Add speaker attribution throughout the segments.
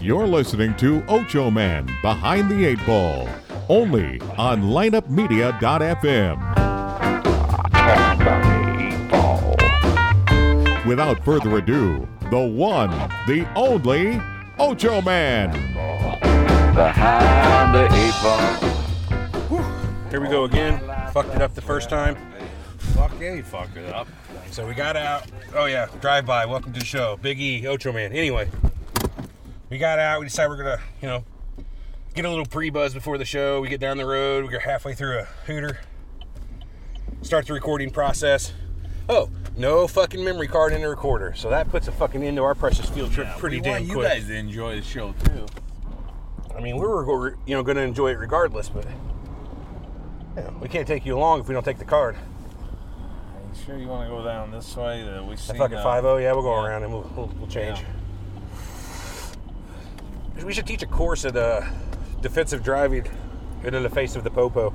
Speaker 1: You're listening to Ocho Man Behind the Eight Ball, only on lineupmedia.fm. Without further ado, the one, the only Ocho Man.
Speaker 2: Behind the eight ball.
Speaker 3: Here we go again. Fucked it up the first time.
Speaker 4: Fuck yeah, you fucked it up.
Speaker 3: So we got out. Oh yeah, drive by. Welcome to the show, Big E, Ocho Man. Anyway, we got out. We decided we're gonna, you know, get a little pre-buzz before the show. We get down the road. We get halfway through a hooter. Start the recording process. Oh, no fucking memory card in the recorder. So that puts a fucking end to our precious field trip pretty
Speaker 4: we
Speaker 3: damn
Speaker 4: want you
Speaker 3: quick.
Speaker 4: guys to enjoy the show too.
Speaker 3: I mean, we were go- you know going to enjoy it regardless, but you know, we can't take you along if we don't take the card.
Speaker 4: Are you sure you want to go down this way? That we uh, see
Speaker 3: That fucking
Speaker 4: the-
Speaker 3: five zero, yeah, we'll go
Speaker 4: yeah.
Speaker 3: around and we'll, we'll, we'll change. We should teach a course at uh, defensive driving and in the face of the popo.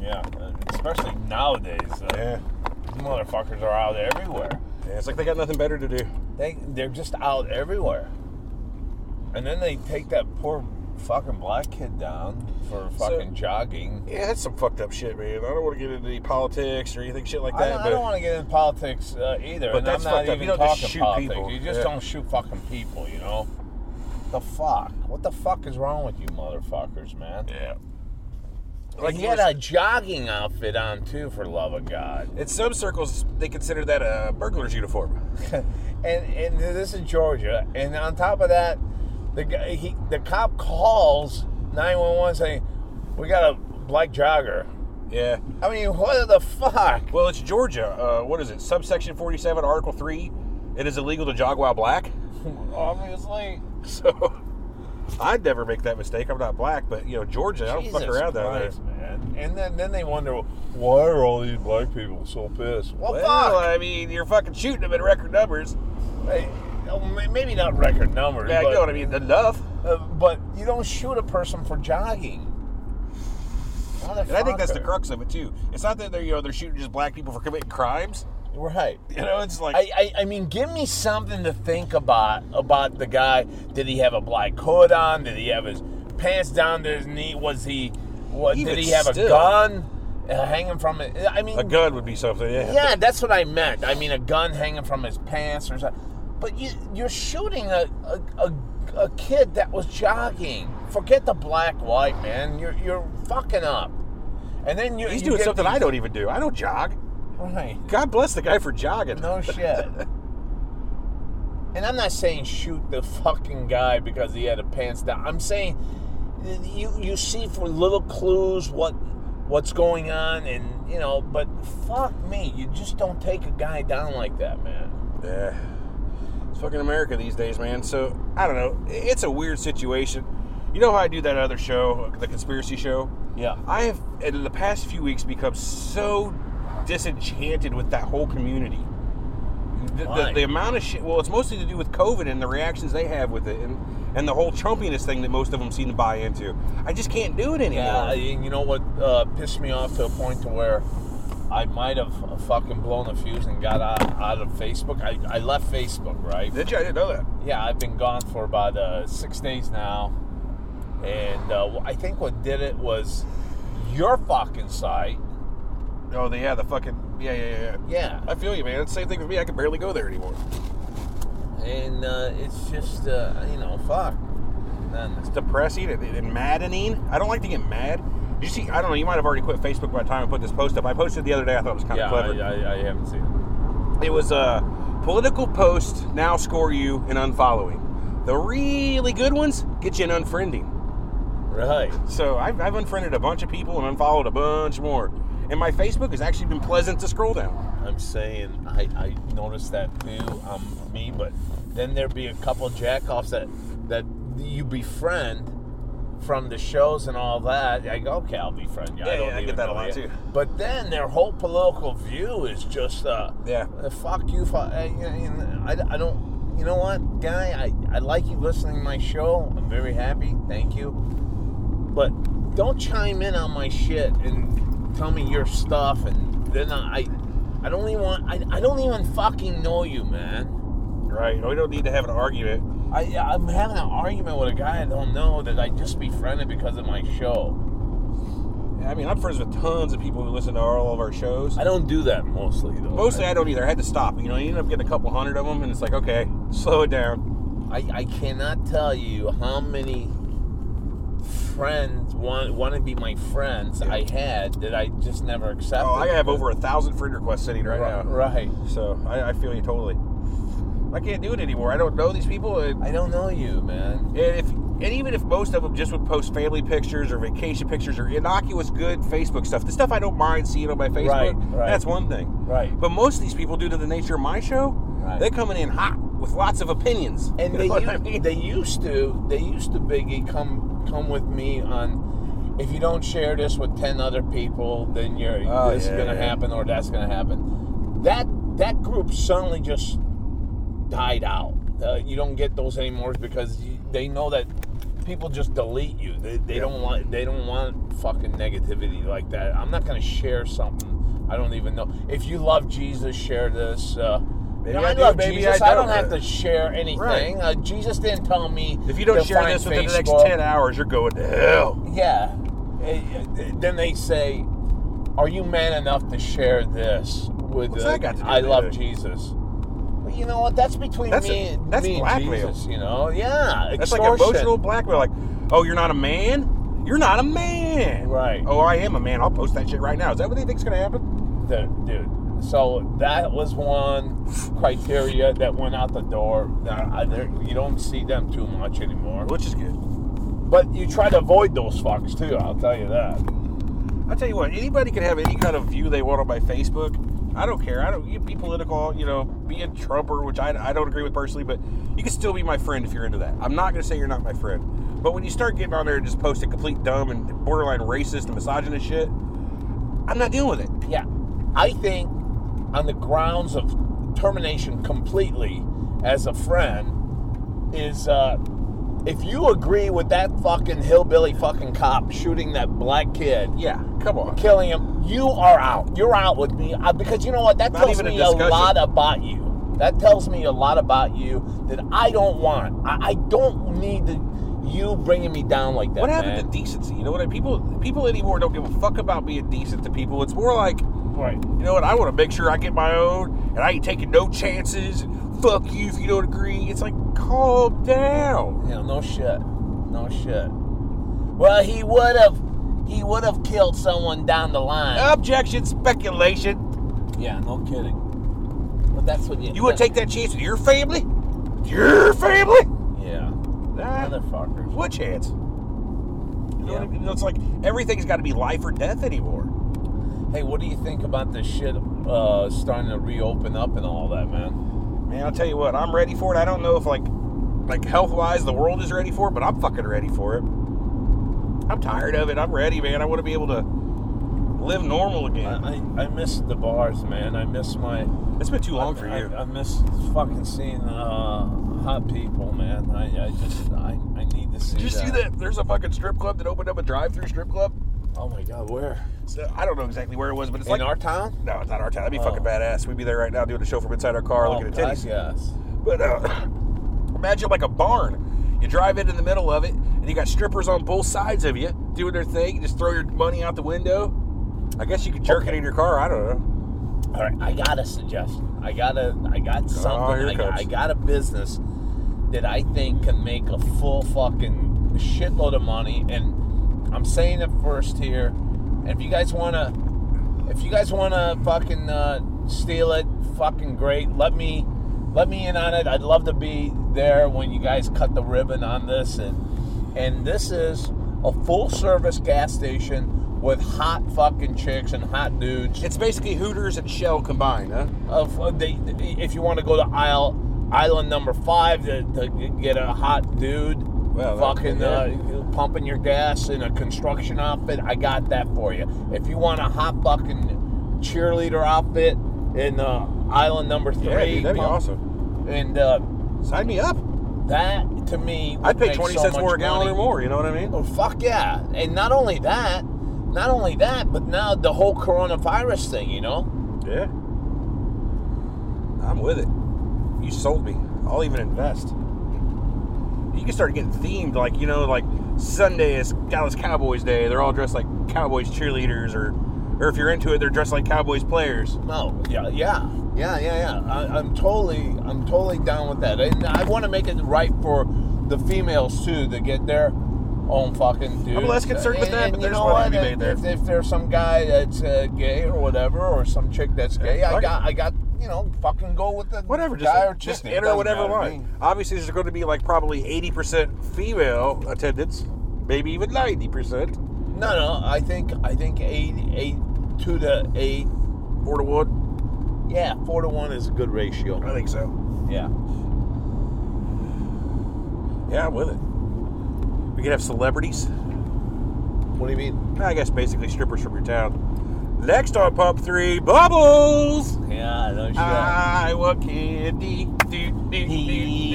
Speaker 4: Yeah, uh, especially nowadays. Uh, these motherfuckers are out everywhere.
Speaker 3: Yeah, it's like they got nothing better to do.
Speaker 4: They they're just out everywhere. And then they take that poor fucking black kid down for fucking jogging.
Speaker 3: Yeah, that's some fucked up shit, man. I don't want to get into any politics or anything shit like
Speaker 4: I,
Speaker 3: that.
Speaker 4: don't- I
Speaker 3: but
Speaker 4: don't want to get into politics uh, either.
Speaker 3: But
Speaker 4: and
Speaker 3: that's
Speaker 4: I'm not
Speaker 3: fucked up.
Speaker 4: even
Speaker 3: You don't just
Speaker 4: talking
Speaker 3: shoot
Speaker 4: politics.
Speaker 3: people.
Speaker 4: You just
Speaker 3: Yeah.
Speaker 4: don't shoot fucking people. You know. The fuck? What the fuck is wrong with you motherfuckers, man?
Speaker 3: yeah.
Speaker 4: Like he
Speaker 3: you
Speaker 4: had
Speaker 3: were-
Speaker 4: a jogging outfit on too, for love of God.
Speaker 3: in some circles, they consider that a burglar's uniform.
Speaker 4: And and this is Georgia. And on top of that, the guy, he the cop calls nine one one saying, "We got a black jogger."
Speaker 3: Yeah.
Speaker 4: I mean, what the fuck?
Speaker 3: Well, it's Georgia. Uh, what is it? Subsection 47, Article 3. It is illegal to jog while black.
Speaker 4: Obviously,
Speaker 3: So I'd never make that mistake. I'm not black, but you know, Georgia, I don't fuck
Speaker 4: Jesus
Speaker 3: around down there.
Speaker 4: Christ, man. And then then they wonder why are all these black people so pissed? Well, fuck.
Speaker 3: I mean, you're fucking shooting them at record numbers.
Speaker 4: Hey, oh, ma- maybe not record numbers.
Speaker 3: uh, Yeah,
Speaker 4: but,
Speaker 3: you know what I mean? Enough.
Speaker 4: uh, but you don't shoot a person for jogging.
Speaker 3: And I think that's the
Speaker 4: Motherfucker.
Speaker 3: crux of it too. It's not that they're you know they're shooting just black people for committing crimes.
Speaker 4: Right.
Speaker 3: You know, it's like
Speaker 4: I, I, I mean, give me something to think about about the guy. Did he have a black hood on? Did he have his pants down to his knee? Was he? What?
Speaker 3: Even
Speaker 4: Did he have
Speaker 3: still.
Speaker 4: a gun uh, hanging from it? I mean,
Speaker 3: a gun would be something. Yeah.
Speaker 4: yeah, that's what I meant. I mean, a gun hanging from his pants or something. But you, you're shooting a, a, a, a kid that was jogging. Forget the black white man. You're you're fucking up. And then you
Speaker 3: He's
Speaker 4: you
Speaker 3: doing
Speaker 4: get
Speaker 3: something
Speaker 4: these-
Speaker 3: I don't even do. I don't jog.
Speaker 4: Right.
Speaker 3: God bless the guy for jogging.
Speaker 4: No shit. and I'm not saying shoot the fucking guy because he had a pants down. I'm saying you you see for little clues what what's going on and you know, but fuck me, you just don't take a guy down like that, man.
Speaker 3: Yeah. Eh, It's fucking America these days, man. So, I don't know. It's a weird situation. You know how I do that other show, the conspiracy show?
Speaker 4: Yeah.
Speaker 3: I have, in the past few weeks, become so disenchanted with that whole community. The, the,
Speaker 4: Why?
Speaker 3: the amount of shit, well, it's mostly to do with COVID and the reactions they have with it and, and the whole Trumpiness thing that most of them seem to buy into. I just can't do it anymore.
Speaker 4: Yeah, and you know what uh, pissed me off to a point to where I might have fucking blown a fuse and got out, out of Facebook. I, I left Facebook, right?
Speaker 3: Did you? I didn't know that.
Speaker 4: Yeah, I've been gone for about uh, six days now, and uh, I think what did it was your fucking site.
Speaker 3: Oh, yeah, the fucking, yeah, yeah, yeah. yeah.
Speaker 4: Yeah,
Speaker 3: I feel you, man. It's the same thing with me. I can barely go there anymore.
Speaker 4: and uh, it's just uh, you know fuck.
Speaker 3: It's
Speaker 4: Then
Speaker 3: depressing and, and maddening. I don't like to get mad. Did you see? I don't know. You might have already quit Facebook by the time I put this post up. I posted the other day. I thought it was kind
Speaker 4: yeah,
Speaker 3: of clever.
Speaker 4: I, I, I haven't seen it.
Speaker 3: It was a political post. Now score you in unfollowing. The really good ones get you an unfriending.
Speaker 4: Right.
Speaker 3: So I've, I've unfriended a bunch of people and unfollowed a bunch more. And my Facebook has actually been pleasant to scroll down.
Speaker 4: I'm saying I, I noticed that too on me, but then there'd be a couple jackoffs that that you befriend from the shows and all that. I go, okay, I'll befriend you.
Speaker 3: Yeah,
Speaker 4: I don't
Speaker 3: yeah, I get
Speaker 4: even
Speaker 3: that a
Speaker 4: know
Speaker 3: lot,
Speaker 4: you."
Speaker 3: too.
Speaker 4: But then their whole political view is just uh,
Speaker 3: Yeah.
Speaker 4: uh, fuck you, fuck. I, I, I don't. You know what, guy? I, I like you listening to my show. I'm very happy. Thank you. But don't chime in on my shit and tell me your stuff. And then I, I don't even want. I, I don't even fucking know you, man.
Speaker 3: Right. We don't need to have an argument.
Speaker 4: I, I'm having an argument with a guy I don't know that I just befriended because of my show.
Speaker 3: I mean, I'm friends with tons of people who listen to all of our shows.
Speaker 4: I don't do that mostly though.
Speaker 3: Mostly, I don't either. I had to stop. You know, you end up getting a couple hundred of them, and it's like, okay, slow it down.
Speaker 4: I, I cannot tell you how many friends want want to be my friends I had that I just never accepted.
Speaker 3: Oh, I have over a thousand friend requests sitting right
Speaker 4: right,
Speaker 3: now.
Speaker 4: right.
Speaker 3: So I, I feel you totally. I can't do it anymore. I don't know these people, and,
Speaker 4: I don't know you, man.
Speaker 3: and if and even if most of them just would post family pictures or vacation pictures or innocuous good Facebook stuff, the stuff I don't mind seeing on my Facebook,
Speaker 4: Right, right.
Speaker 3: that's one thing.
Speaker 4: Right.
Speaker 3: But most of these people, due to the nature of my show,
Speaker 4: Right.
Speaker 3: they're coming in hot with lots of opinions.
Speaker 4: And
Speaker 3: You
Speaker 4: they
Speaker 3: know what
Speaker 4: used,
Speaker 3: I mean?
Speaker 4: they used to they used to Biggie come come with me on if you don't share this with ten other people, then you're
Speaker 3: Oh,
Speaker 4: this
Speaker 3: yeah,
Speaker 4: is
Speaker 3: yeah.
Speaker 4: gonna happen or that's gonna happen. That that group suddenly just died out. Uh, you don't get those anymore because you, they know that people just delete you. They, they don't want they don't want fucking negativity like that. I'm not gonna share something I don't even know. If you love Jesus, share this. Uh,
Speaker 3: Maybe
Speaker 4: you know,
Speaker 3: I
Speaker 4: I,
Speaker 3: do,
Speaker 4: love
Speaker 3: maybe
Speaker 4: Jesus.
Speaker 3: I
Speaker 4: I don't,
Speaker 3: don't. uh,
Speaker 4: have to share anything.
Speaker 3: Right.
Speaker 4: Uh, Jesus didn't tell me.
Speaker 3: If you don't
Speaker 4: to
Speaker 3: share
Speaker 4: find
Speaker 3: this within the next
Speaker 4: Facebook.
Speaker 3: 10 hours, you're going to hell.
Speaker 4: yeah. Uh, uh, Then they say, "Are you man enough to share this with?"
Speaker 3: What's
Speaker 4: uh,
Speaker 3: that got to do
Speaker 4: I
Speaker 3: with
Speaker 4: love
Speaker 3: anything?
Speaker 4: Jesus. Well, you know what? That's between
Speaker 3: That's
Speaker 4: me.
Speaker 3: a- that's
Speaker 4: me and
Speaker 3: blackmail.
Speaker 4: Jesus, you know? Yeah.
Speaker 3: That's like
Speaker 4: extortion.
Speaker 3: emotional blackmail. Like, oh, you're not a man? You're not a man.
Speaker 4: Right.
Speaker 3: Oh, I am a man. I'll post that shit right now. Is that what they think's going to happen?
Speaker 4: Dude, dude. So that was one criteria that went out the door. Now, I- there- you don't see them too much anymore.
Speaker 3: Which is good.
Speaker 4: But you try to avoid those fucks too. I'll tell you that.
Speaker 3: I'll tell you what, anybody can have any kind of view they want on my Facebook. I don't care. I don't you be political, you know, be a Trumper, which I, I don't agree with personally, but you can still be my friend if you're into that. I'm not going to say you're not my friend. But when you start getting on there and just posting complete dumb and borderline racist and misogynist shit, I'm not dealing with it.
Speaker 4: Yeah, I think on the grounds of termination completely as a friend is uh, if you agree with that fucking hillbilly fucking cop shooting that black kid,
Speaker 3: Yeah, come on.
Speaker 4: killing him, you are out. You're out with me uh, because you know what? That
Speaker 3: Not
Speaker 4: tells
Speaker 3: even a
Speaker 4: me a,
Speaker 3: discussion.
Speaker 4: lot about you. That tells me a lot about you that I don't want. I, I don't need the, you bringing me down like that.
Speaker 3: What happened
Speaker 4: man.
Speaker 3: to decency? You know what I people people anymore don't give a fuck about being decent to people. It's more like, you
Speaker 4: Right.
Speaker 3: know what, I want to make sure I get my own and I ain't taking no chances. Fuck you if you don't agree. It's like calm down.
Speaker 4: You know, no shit. No shit. Well, he would have he would have killed someone down the line.
Speaker 3: Objection, speculation.
Speaker 4: Yeah, no kidding. But that's what you
Speaker 3: You would take that chance with your family? Your family?
Speaker 4: Yeah.
Speaker 3: That
Speaker 4: Motherfuckers.
Speaker 3: what chance? You know what I
Speaker 4: Yeah.
Speaker 3: mean? It's like everything's got to be life or death anymore.
Speaker 4: Hey, what do you think about this shit uh starting to reopen up and all that, man?
Speaker 3: Man, I'll tell you what, I'm ready for it. I don't know if like like health wise the world is ready for it, but I'm fucking ready for it. I'm tired of it. I'm ready, man. I want to be able to live normal again.
Speaker 4: I, I, I miss the bars, man. I miss my
Speaker 3: It's been too long
Speaker 4: I,
Speaker 3: for you.
Speaker 4: I, I miss fucking seeing uh hot people, man. I, I just I, I need to see
Speaker 3: Did you see that? There's a fucking strip club that opened up a drive-through strip club.
Speaker 4: Oh my god, where?
Speaker 3: So, I don't know exactly where it was, but it's
Speaker 4: In
Speaker 3: like
Speaker 4: our town?
Speaker 3: no, it's not our town. That'd be
Speaker 4: Oh.
Speaker 3: fucking badass. We'd be there right now doing a show from inside our car,
Speaker 4: Oh,
Speaker 3: looking at
Speaker 4: God,
Speaker 3: titties.
Speaker 4: yes.
Speaker 3: But uh, imagine like a barn. You drive in in the middle of it, and you got strippers on both sides of you doing their thing. You just throw your money out the window. I guess you could jerk it in your car. I don't know.
Speaker 4: All right, I got a suggestion. I got a, I got
Speaker 3: Oh, here it
Speaker 4: something. I,
Speaker 3: comes.
Speaker 4: I got a business that I think can make a full fucking shitload of money, and I'm saying it first here. And if you guys wanna, if you guys wanna fucking uh, steal it, fucking great. Let me, let me in on it. I'd love to be there when you guys cut the ribbon on this. And and this is a full service gas station with hot fucking chicks and hot dudes
Speaker 3: It's basically Hooters and Shell combined, huh?
Speaker 4: of of the, if you want to go to aisle island number five to, to get a hot dude
Speaker 3: Well, that-
Speaker 4: fucking uh, pumping your gas in a construction outfit i got that for you if you want a hot fucking cheerleader outfit in uh, island number three pump- and uh,
Speaker 3: Sign me up.
Speaker 4: that to me would
Speaker 3: I'd pay
Speaker 4: make
Speaker 3: 20
Speaker 4: so
Speaker 3: cents
Speaker 4: much
Speaker 3: more a gallon
Speaker 4: money.
Speaker 3: or more. You know what I mean?
Speaker 4: Oh fuck yeah! And not only that, not only that, but now the whole coronavirus thing, you know?
Speaker 3: Yeah. I'm with it. You sold me. I'll even invest. you can start getting themed, like you know, like Sunday is Dallas Cowboys Day. They're all dressed like Cowboys cheerleaders, or or if you're into it, they're dressed like Cowboys players.
Speaker 4: No, yeah, yeah, yeah, yeah, yeah. I, I'm totally, I'm totally down with that. And I want to make it right for the females too to get their own fucking dude.
Speaker 3: I'm less concerned with
Speaker 4: And-
Speaker 3: that,
Speaker 4: and
Speaker 3: but
Speaker 4: you
Speaker 3: there's
Speaker 4: know
Speaker 3: money to
Speaker 4: what?
Speaker 3: be made there.
Speaker 4: If, if there's some guy that's uh, gay or whatever, or some chick that's gay,
Speaker 3: fuck
Speaker 4: I
Speaker 3: it.
Speaker 4: got, I got, you know, fucking go with the
Speaker 3: whatever, just,
Speaker 4: guy or chick.
Speaker 3: just
Speaker 4: It
Speaker 3: enter
Speaker 4: doesn't
Speaker 3: whatever
Speaker 4: matter to
Speaker 3: line.
Speaker 4: me.
Speaker 3: Obviously, there's going to be like probably 80% female attendance, maybe even 90%.
Speaker 4: No, no, I think, I think eight, eight, two to eight.
Speaker 3: Four to one.
Speaker 4: Yeah, four to one is a good ratio.
Speaker 3: I think so.
Speaker 4: Yeah.
Speaker 3: Yeah, I'm with it. We could have celebrities.
Speaker 4: What do you mean?
Speaker 3: I guess basically strippers from your town. Next on Pump 3, Bubbles!
Speaker 4: Yeah, no shit.
Speaker 3: I want candy. Do, do, do, do, do,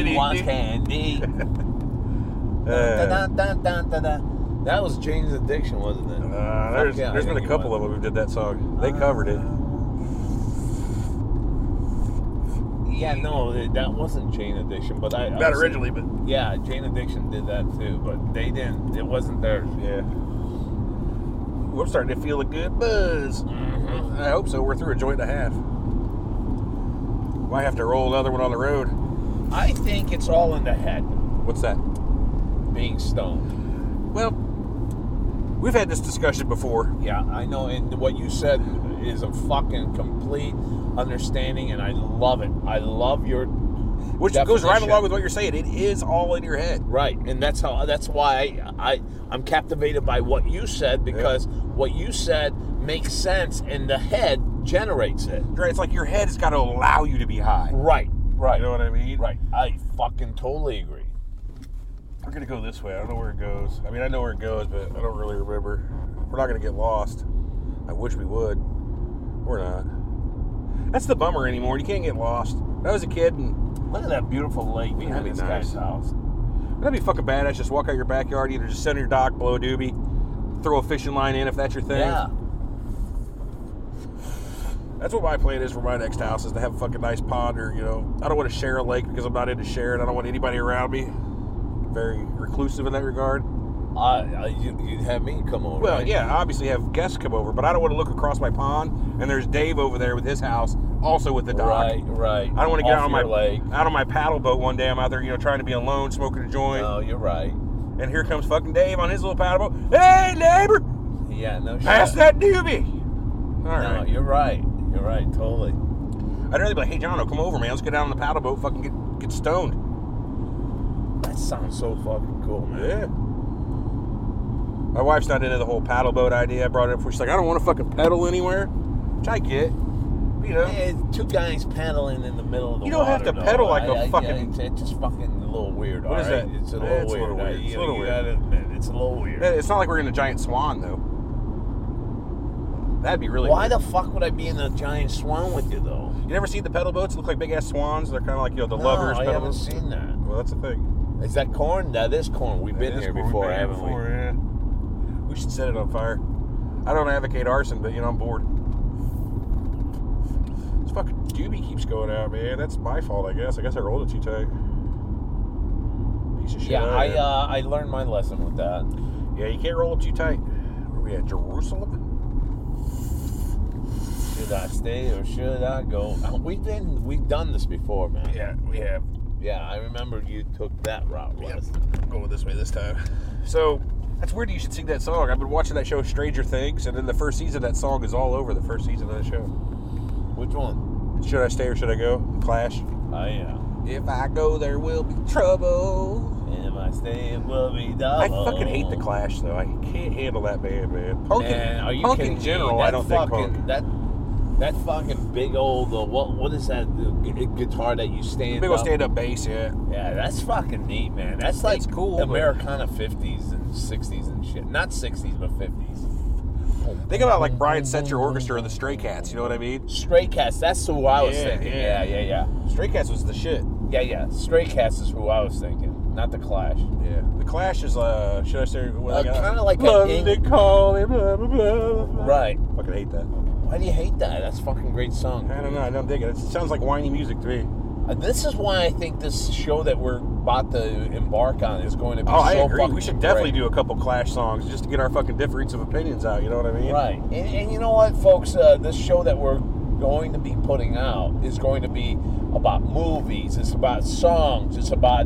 Speaker 3: do.
Speaker 4: candy.
Speaker 3: Uh,
Speaker 4: That was Jane's Addiction, wasn't it?
Speaker 3: uh, there's
Speaker 4: yeah, Uh, I
Speaker 3: there's been a
Speaker 4: think it
Speaker 3: couple
Speaker 4: was.
Speaker 3: of them who did that song. They covered it.
Speaker 4: Yeah, no, it- that wasn't Jane Addiction, but I I
Speaker 3: Not
Speaker 4: was-
Speaker 3: originally, but
Speaker 4: Yeah, Jane Addiction did that too, but they didn't. It wasn't theirs.
Speaker 3: Yeah. Ooh, I'm starting to feel a good buzz. I hope so. We're through a joint and a half. Might have to roll another one on the road.
Speaker 4: I think it's all in the head,
Speaker 3: What's that?
Speaker 4: being stoned.
Speaker 3: Well, we've had this discussion before.
Speaker 4: Yeah, I know, and what you said is a fucking complete understanding, and I love it. I love your
Speaker 3: Which goes right
Speaker 4: Definition.
Speaker 3: along with what you're saying. It is all in your head.
Speaker 4: Right, and that's how. That's why I, I I'm captivated by what you said because what you said makes sense, and the head generates it.
Speaker 3: Right? It's like your head has got to allow you to be high.
Speaker 4: Right, right,
Speaker 3: You know what I mean?
Speaker 4: right. I fucking totally agree.
Speaker 3: We're gonna go this way. I don't know where it goes. I mean, I know where it goes, but I don't really remember. We're not gonna get lost. I wish we would. We're not. That's the bummer anymore. You can't get lost. When I was a kid, and
Speaker 4: Look at that beautiful lake behind
Speaker 3: that'd be
Speaker 4: this
Speaker 3: nice.
Speaker 4: guy's house.
Speaker 3: that'd be fucking badass. Just walk out your backyard, either just sit on your dock, blow a doobie, throw a fishing line in if that's your thing.
Speaker 4: Yeah,
Speaker 3: That's what my plan is for my next house is to have a fucking nice pond or, you know, I don't want to share a lake because I'm not into sharing. I don't want anybody around me. Very reclusive in that regard.
Speaker 4: I, I you, you'd have me come over.
Speaker 3: Well,
Speaker 4: right?
Speaker 3: yeah, obviously have guests come over, but I don't want to look across my pond and there's Dave over there with his house, also with the dock.
Speaker 4: Right, right.
Speaker 3: I don't want to get
Speaker 4: Off
Speaker 3: out on my
Speaker 4: your lake.
Speaker 3: out on my paddle boat one day. I'm out there, you know, trying to be alone, smoking a joint,
Speaker 4: No, you're right.
Speaker 3: and here comes fucking Dave on his little paddle boat. Hey, neighbor,
Speaker 4: Yeah, no shit.
Speaker 3: pass that doobie. All
Speaker 4: No,
Speaker 3: right.
Speaker 4: you're right. You're right. Totally.
Speaker 3: I'd really be like, hey, Jono, come over, man. Let's get down on the paddle boat, fucking get get stoned.
Speaker 4: That sounds so fucking cool, man.
Speaker 3: Yeah. My wife's not into the whole paddle boat idea. I brought it up. before. She's like, I don't want to fucking pedal anywhere, which I get. You know.
Speaker 4: Hey, two guys paddling in the middle of the
Speaker 3: You don't have
Speaker 4: water,
Speaker 3: to
Speaker 4: though.
Speaker 3: pedal like
Speaker 4: I-
Speaker 3: a
Speaker 4: I- yeah,
Speaker 3: fucking-
Speaker 4: it's, it's just fucking a little weird.
Speaker 3: What is
Speaker 4: alright?
Speaker 3: that?
Speaker 4: It's a
Speaker 3: Yeah,
Speaker 4: little
Speaker 3: it's a
Speaker 4: weird.
Speaker 3: little
Speaker 4: I-
Speaker 3: weird.
Speaker 4: you
Speaker 3: It's a little
Speaker 4: you
Speaker 3: weird.
Speaker 4: gotta admit, it's a little weird.
Speaker 3: Yeah, It's not like we're in a giant swan though. That'd be really.
Speaker 4: Why
Speaker 3: weird.
Speaker 4: the fuck would I be in a giant swan with you though?
Speaker 3: You never see the pedal boats? Look like big ass swans. They're kind of like you know the
Speaker 4: No,
Speaker 3: lovers.
Speaker 4: I
Speaker 3: pedal
Speaker 4: haven't
Speaker 3: boats.
Speaker 4: seen that.
Speaker 3: Well, that's the thing.
Speaker 4: Is that corn? That is corn. We've been
Speaker 3: It is
Speaker 4: here
Speaker 3: cool.
Speaker 4: before,
Speaker 3: We've been here
Speaker 4: haven't
Speaker 3: before, yeah. We should set it on fire. I don't advocate arson, but you know I'm bored. This fucking doobie keeps going out, man. That's my fault, I guess. I guess I rolled it too tight. Piece of shit.
Speaker 4: we? Yeah,
Speaker 3: out
Speaker 4: I
Speaker 3: here.
Speaker 4: uh, I learned my lesson with that.
Speaker 3: Yeah, you can't roll it too tight. Where we at? Jerusalem?
Speaker 4: Should I stay or should I go? Uh, We've been we've done this before, man.
Speaker 3: Yeah, we have.
Speaker 4: Yeah, I remember you took that route last.
Speaker 3: I'm going this way this time. So that's weird. You should sing that song. I've been watching that show Stranger Things, and then the first season of that song is all over. The first season of that show.
Speaker 4: Which one?
Speaker 3: Should I stay or should I go? Clash.
Speaker 4: Oh yeah.
Speaker 3: If I go, there will be trouble.
Speaker 4: If I stay, it will be
Speaker 3: I
Speaker 4: double.
Speaker 3: fucking hate the Clash though. I can't handle that band, man. Punk, in-
Speaker 4: Oh, Man, are you
Speaker 3: punk
Speaker 4: kidding
Speaker 3: in general.
Speaker 4: me? That
Speaker 3: I don't think
Speaker 4: fucking,
Speaker 3: punk.
Speaker 4: That that fucking big old uh, what what is that uh, gu- guitar that you stand?
Speaker 3: Big old
Speaker 4: up?
Speaker 3: stand up bass, yeah.
Speaker 4: Yeah, that's fucking neat, man. That's like
Speaker 3: It's cool, but-
Speaker 4: Americana fifties and sixties and shit. Not sixties, but fifties.
Speaker 3: Think about like Brian Setzer Orchestra and the Stray Cats. You know what I mean?
Speaker 4: Stray Cats. That's who I was
Speaker 3: Yeah,
Speaker 4: thinking.
Speaker 3: yeah.
Speaker 4: Yeah. yeah, yeah,
Speaker 3: Stray Cats was the shit.
Speaker 4: yeah, yeah, Stray Cats is who I was thinking, not the Clash.
Speaker 3: Yeah. The Clash is uh, should I say? what
Speaker 4: Uh,
Speaker 3: they got?
Speaker 4: kinda like an
Speaker 3: London
Speaker 4: Eng-
Speaker 3: Calling, blah blah blah. blah.
Speaker 4: Right.
Speaker 3: Fucking hate that.
Speaker 4: Why do you hate that? That's a fucking great song.
Speaker 3: I don't know. I don't dig it. It sounds like whiny music to me.
Speaker 4: Uh, This is why I think this show that we're about to embark on is going to be
Speaker 3: Oh, I
Speaker 4: so
Speaker 3: agree.
Speaker 4: fucking
Speaker 3: We should definitely
Speaker 4: great.
Speaker 3: do a couple Clash songs just to get our fucking difference of opinions out. You know what I mean?
Speaker 4: Right. And, and you know what, folks? Uh, this show that we're going to be putting out is going to be about movies. It's about songs. It's about.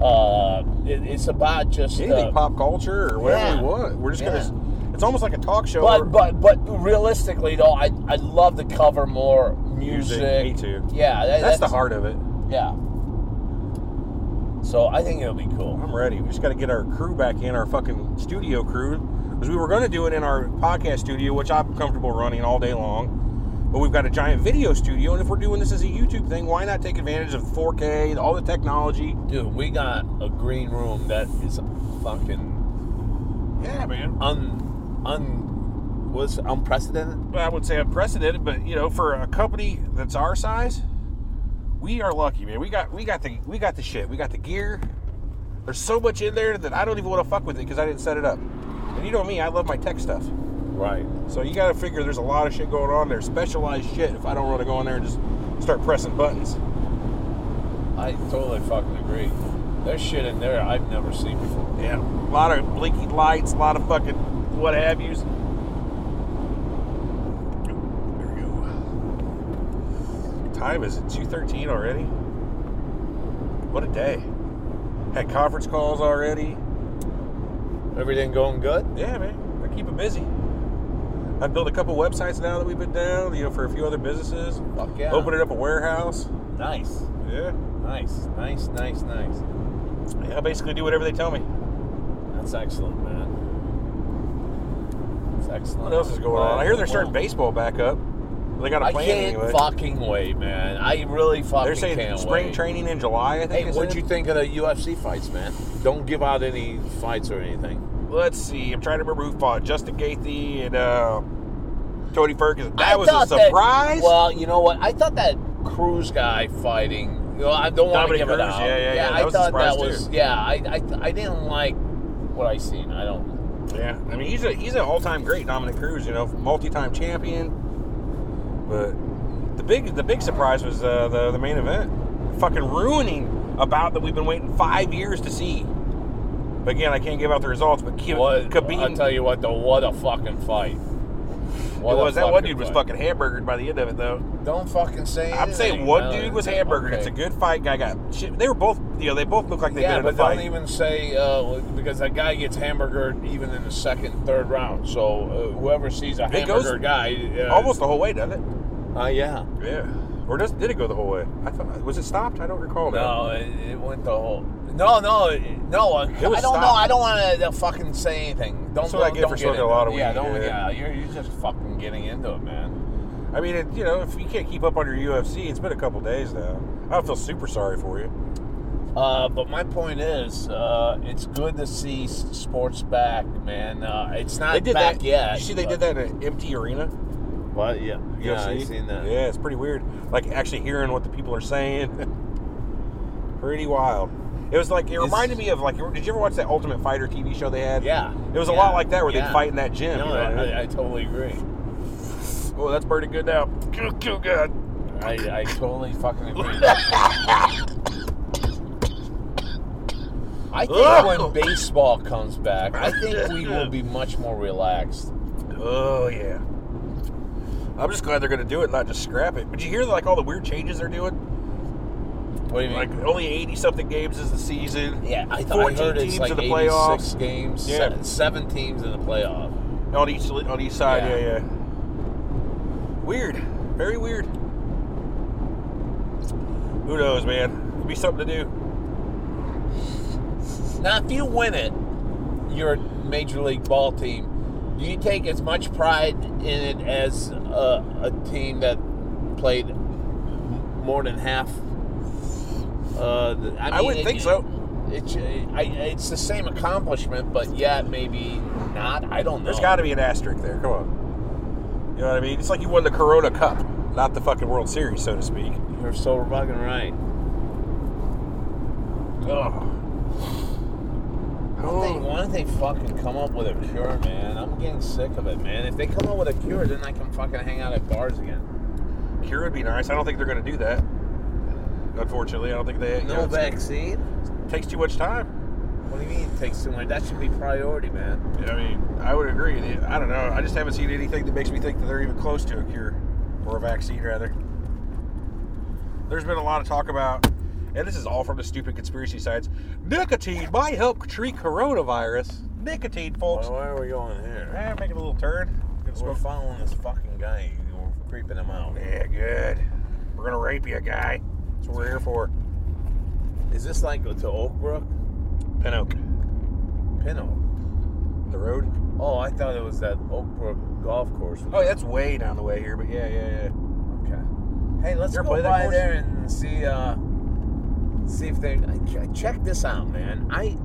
Speaker 4: Uh, it, it's about just.
Speaker 3: Anything
Speaker 4: uh,
Speaker 3: pop culture or whatever
Speaker 4: yeah.
Speaker 3: we want. We're just
Speaker 4: Yeah.
Speaker 3: gonna. It's almost like a talk show.
Speaker 4: but
Speaker 3: or-
Speaker 4: but but realistically though, I I love to cover more music.
Speaker 3: Music, me too.
Speaker 4: Yeah, that-
Speaker 3: that's, the heart of it.
Speaker 4: Yeah. So I think it'll be cool.
Speaker 3: I'm ready. We just got to get our crew back in, our fucking studio crew, because we were going to do it in our podcast studio, which I'm comfortable running all day long. But we've got a giant video studio, and if we're doing this as a YouTube thing, why not take advantage of 4K, all the technology?
Speaker 4: Dude, we got a green room that is fucking
Speaker 3: Yeah, man.
Speaker 4: un un was unprecedented.
Speaker 3: I would say unprecedented, but you know, for a company that's our size, we are lucky, man. We got we got the we got the shit. We got the gear. There's so much in there that I don't even want to fuck with it because I didn't set it up. And you know me, I love my tech stuff.
Speaker 4: Right.
Speaker 3: So you got to figure there's a lot of shit going on there, specialized shit. If I don't want to go in there and just start pressing buttons,
Speaker 4: I totally fucking agree. There's shit in there I've never seen before.
Speaker 3: yeah, a lot of blinky lights, a lot of fucking what have yous. There we go. Time is it two thirteen already? What a day! Had conference calls already.
Speaker 4: Everything going good?
Speaker 3: Yeah, man, I keep it busy. I've built a couple websites now that we've been down, you know, for a few other businesses.
Speaker 4: Fuck yeah.
Speaker 3: Opening up a warehouse.
Speaker 4: Nice.
Speaker 3: Yeah.
Speaker 4: Nice. Nice, nice, nice.
Speaker 3: I basically do whatever they tell me.
Speaker 4: That's excellent, man. That's excellent.
Speaker 3: What else is going on? I hear they're starting baseball back up. They got a
Speaker 4: I
Speaker 3: plan
Speaker 4: can't
Speaker 3: anyway.
Speaker 4: fucking wait, man. I really fucking
Speaker 3: They're saying
Speaker 4: can't
Speaker 3: spring
Speaker 4: wait.
Speaker 3: training in July. I think.
Speaker 4: Hey,
Speaker 3: is
Speaker 4: what'd
Speaker 3: it?
Speaker 4: you think of the UFC fights, man? Don't give out any fights or anything.
Speaker 3: Let's see. I'm trying to remember who fought Justin Gaethje and uh, Tony Ferguson. That
Speaker 4: I
Speaker 3: was a
Speaker 4: thought that-
Speaker 3: surprise.
Speaker 4: well, you know what? I thought that Cruz guy fighting. You know, I don't want
Speaker 3: Dominic
Speaker 4: to give it
Speaker 3: Cruz,
Speaker 4: out.
Speaker 3: yeah, yeah, yeah, that
Speaker 4: I
Speaker 3: was a
Speaker 4: thought that
Speaker 3: surprise,
Speaker 4: was.
Speaker 3: too.
Speaker 4: Yeah, I, I, I didn't like what I seen. I don't.
Speaker 3: yeah. I mean, he's a he's an all time great, Dominic Cruz. You know, multi-time champion. But the big the big surprise was uh, the the main event. Fucking ruining a bout that we've been waiting five years to see. But again, I can't give out the results. But Ke-
Speaker 4: What? I'll
Speaker 3: Khabib
Speaker 4: tell you what, though. What a fucking fight. What
Speaker 3: It
Speaker 4: a
Speaker 3: was that one
Speaker 4: fucking
Speaker 3: dude was
Speaker 4: fight.
Speaker 3: fucking hamburgered by the end of it though.
Speaker 4: Don't fucking say.
Speaker 3: I'm saying
Speaker 4: anything,
Speaker 3: one
Speaker 4: man.
Speaker 3: dude was hamburgered. It's a
Speaker 4: Okay.
Speaker 3: good fight. Guy got shit. They were both you know they both look like they've
Speaker 4: yeah,
Speaker 3: been in
Speaker 4: but
Speaker 3: a fight.
Speaker 4: don't even say uh, because that guy gets hamburgered even in the second, third round. So uh, whoever sees a
Speaker 3: It goes
Speaker 4: hamburger guy, uh,
Speaker 3: Almost the whole way, doesn't it?
Speaker 4: Uh, yeah.
Speaker 3: Yeah. Or does did it go the whole way? I thought was it stopped? I don't recall. now.
Speaker 4: No, it, it went the whole. No, no, it- no. I
Speaker 3: It was
Speaker 4: don't know.
Speaker 3: stopped.
Speaker 4: I don't want to fucking say anything. Don't.
Speaker 3: That's what I
Speaker 4: don't,
Speaker 3: get
Speaker 4: don't
Speaker 3: for
Speaker 4: get
Speaker 3: smoking a
Speaker 4: into
Speaker 3: lot
Speaker 4: it.
Speaker 3: of
Speaker 4: Yeah,
Speaker 3: weed,
Speaker 4: don't.
Speaker 3: yeah.
Speaker 4: Yeah, you're, you're just fucking getting into it, man.
Speaker 3: I mean, it, you know, if you can't keep up on your UFC, it's been a couple days now. I don't feel super sorry for you.
Speaker 4: Uh, but my point is, uh, it's good to see s- sports back, man. Uh, it's not
Speaker 3: They did
Speaker 4: back
Speaker 3: that.
Speaker 4: yet.
Speaker 3: You see, they did
Speaker 4: but-
Speaker 3: that in an empty arena.
Speaker 4: What? Yeah. Yeah,
Speaker 3: UFC.
Speaker 4: I seen that.
Speaker 3: Yeah, it's pretty weird. Like actually hearing what the people are saying. pretty wild. It was like it reminded me of like did you ever watch that Ultimate Fighter TV show they had?
Speaker 4: Yeah.
Speaker 3: It was a
Speaker 4: Yeah.
Speaker 3: lot like that where
Speaker 4: Yeah.
Speaker 3: they'd fight in that gym.
Speaker 4: No,
Speaker 3: you know?
Speaker 4: I, I totally agree.
Speaker 3: oh, that's pretty good now. Kill, kill, God.
Speaker 4: I, I totally fucking agree. I think when baseball comes back, I think we will be much more relaxed.
Speaker 3: Oh yeah. I'm just glad they're gonna do it, not just scrap it. But you hear like all the weird changes they're doing?
Speaker 4: What do you
Speaker 3: Like
Speaker 4: mean?
Speaker 3: only 80 something games is the season.
Speaker 4: yeah, I, thought I
Speaker 3: 14
Speaker 4: heard it's
Speaker 3: teams
Speaker 4: like
Speaker 3: in the
Speaker 4: 86
Speaker 3: playoffs.
Speaker 4: games,
Speaker 3: Yeah.
Speaker 4: seven, seven teams in the playoff.
Speaker 3: On each on each side,
Speaker 4: Yeah.
Speaker 3: yeah, yeah. Weird, very weird. Who knows, man? It'd be something to do.
Speaker 4: Now, if you win it, you're a major league ball team. Do you take as much pride in it as a, a team that played m- more than half? Uh, th- I,
Speaker 3: I
Speaker 4: mean,
Speaker 3: wouldn't
Speaker 4: it-
Speaker 3: think so.
Speaker 4: It's I, it's the same accomplishment, but yeah, maybe not. I don't know.
Speaker 3: There's got to be an asterisk there. Come on. You know what I mean? It's like you won the Corona Cup, not the fucking World Series, so to speak.
Speaker 4: You're so fucking right.
Speaker 3: Ugh.
Speaker 4: Why don't, they, why don't they fucking come up with a cure, man? I'm getting sick of it, man. If they come up with a cure, then I can fucking hang out at bars again.
Speaker 3: Cure would be nice. I don't think they're going to do that. Unfortunately, I don't think they. you know,
Speaker 4: No
Speaker 3: it's-
Speaker 4: vaccine?
Speaker 3: takes too much time.
Speaker 4: What do you mean it takes so much? That should be priority, man.
Speaker 3: I mean, I would agree. I don't know. I just haven't seen anything that makes me think that they're even close to a cure or a vaccine, rather. There's been a lot of talk about, and this is all from the stupid conspiracy sites. Nicotine might help treat coronavirus. Nicotine, folks.
Speaker 4: Why, why are we going here?
Speaker 3: Eh, make a little turn. Gonna
Speaker 4: We're
Speaker 3: smoke.
Speaker 4: following this fucking guy. We're creeping him out.
Speaker 3: Yeah, good. We're gonna rape you, guy. That's what we're here for.
Speaker 4: Is this like to Oakbrook?
Speaker 3: Pinoc.
Speaker 4: Pinot.
Speaker 3: The road.
Speaker 4: Oh, I thought it was that Oakbrook golf course.
Speaker 3: Oh, that's way down the way here, but yeah, yeah, yeah.
Speaker 4: Okay. Hey, let's
Speaker 3: Ever play
Speaker 4: go
Speaker 3: that
Speaker 4: by
Speaker 3: course?
Speaker 4: there and see uh see if they I- ch- check this out, man. I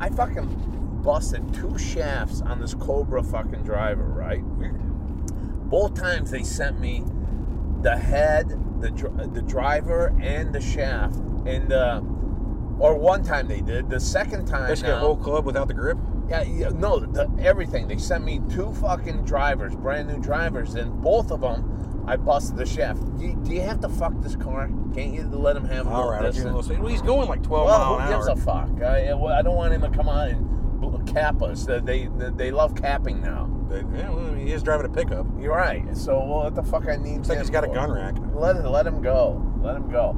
Speaker 4: I fucking busted two shafts on this Cobra fucking driver, right?
Speaker 3: Weird.
Speaker 4: Both times they sent me the head, the dr- the driver, and the shaft, and uh, or one time they did. The second time,
Speaker 3: Basically, a
Speaker 4: now-
Speaker 3: whole club without the grip.
Speaker 4: yeah, yeah, no, the, everything. They sent me two fucking drivers, brand new drivers, and both of them, I busted the shaft. Do you, do you have to fuck this car? Can't you let him have a
Speaker 3: All
Speaker 4: little
Speaker 3: right, I'll give you a
Speaker 4: distance?
Speaker 3: little. Well, he's going like 12
Speaker 4: Well,
Speaker 3: mile
Speaker 4: who
Speaker 3: an
Speaker 4: gives
Speaker 3: hour.
Speaker 4: a fuck? I, I don't want him to come out and bl- cap us. They, they they love capping now.
Speaker 3: They- yeah, well, I mean, he is driving a pickup.
Speaker 4: You're right. So what the fuck I need?
Speaker 3: Looks like he's
Speaker 4: him
Speaker 3: got a
Speaker 4: for?
Speaker 3: gun rack.
Speaker 4: Let let him go. Let him go.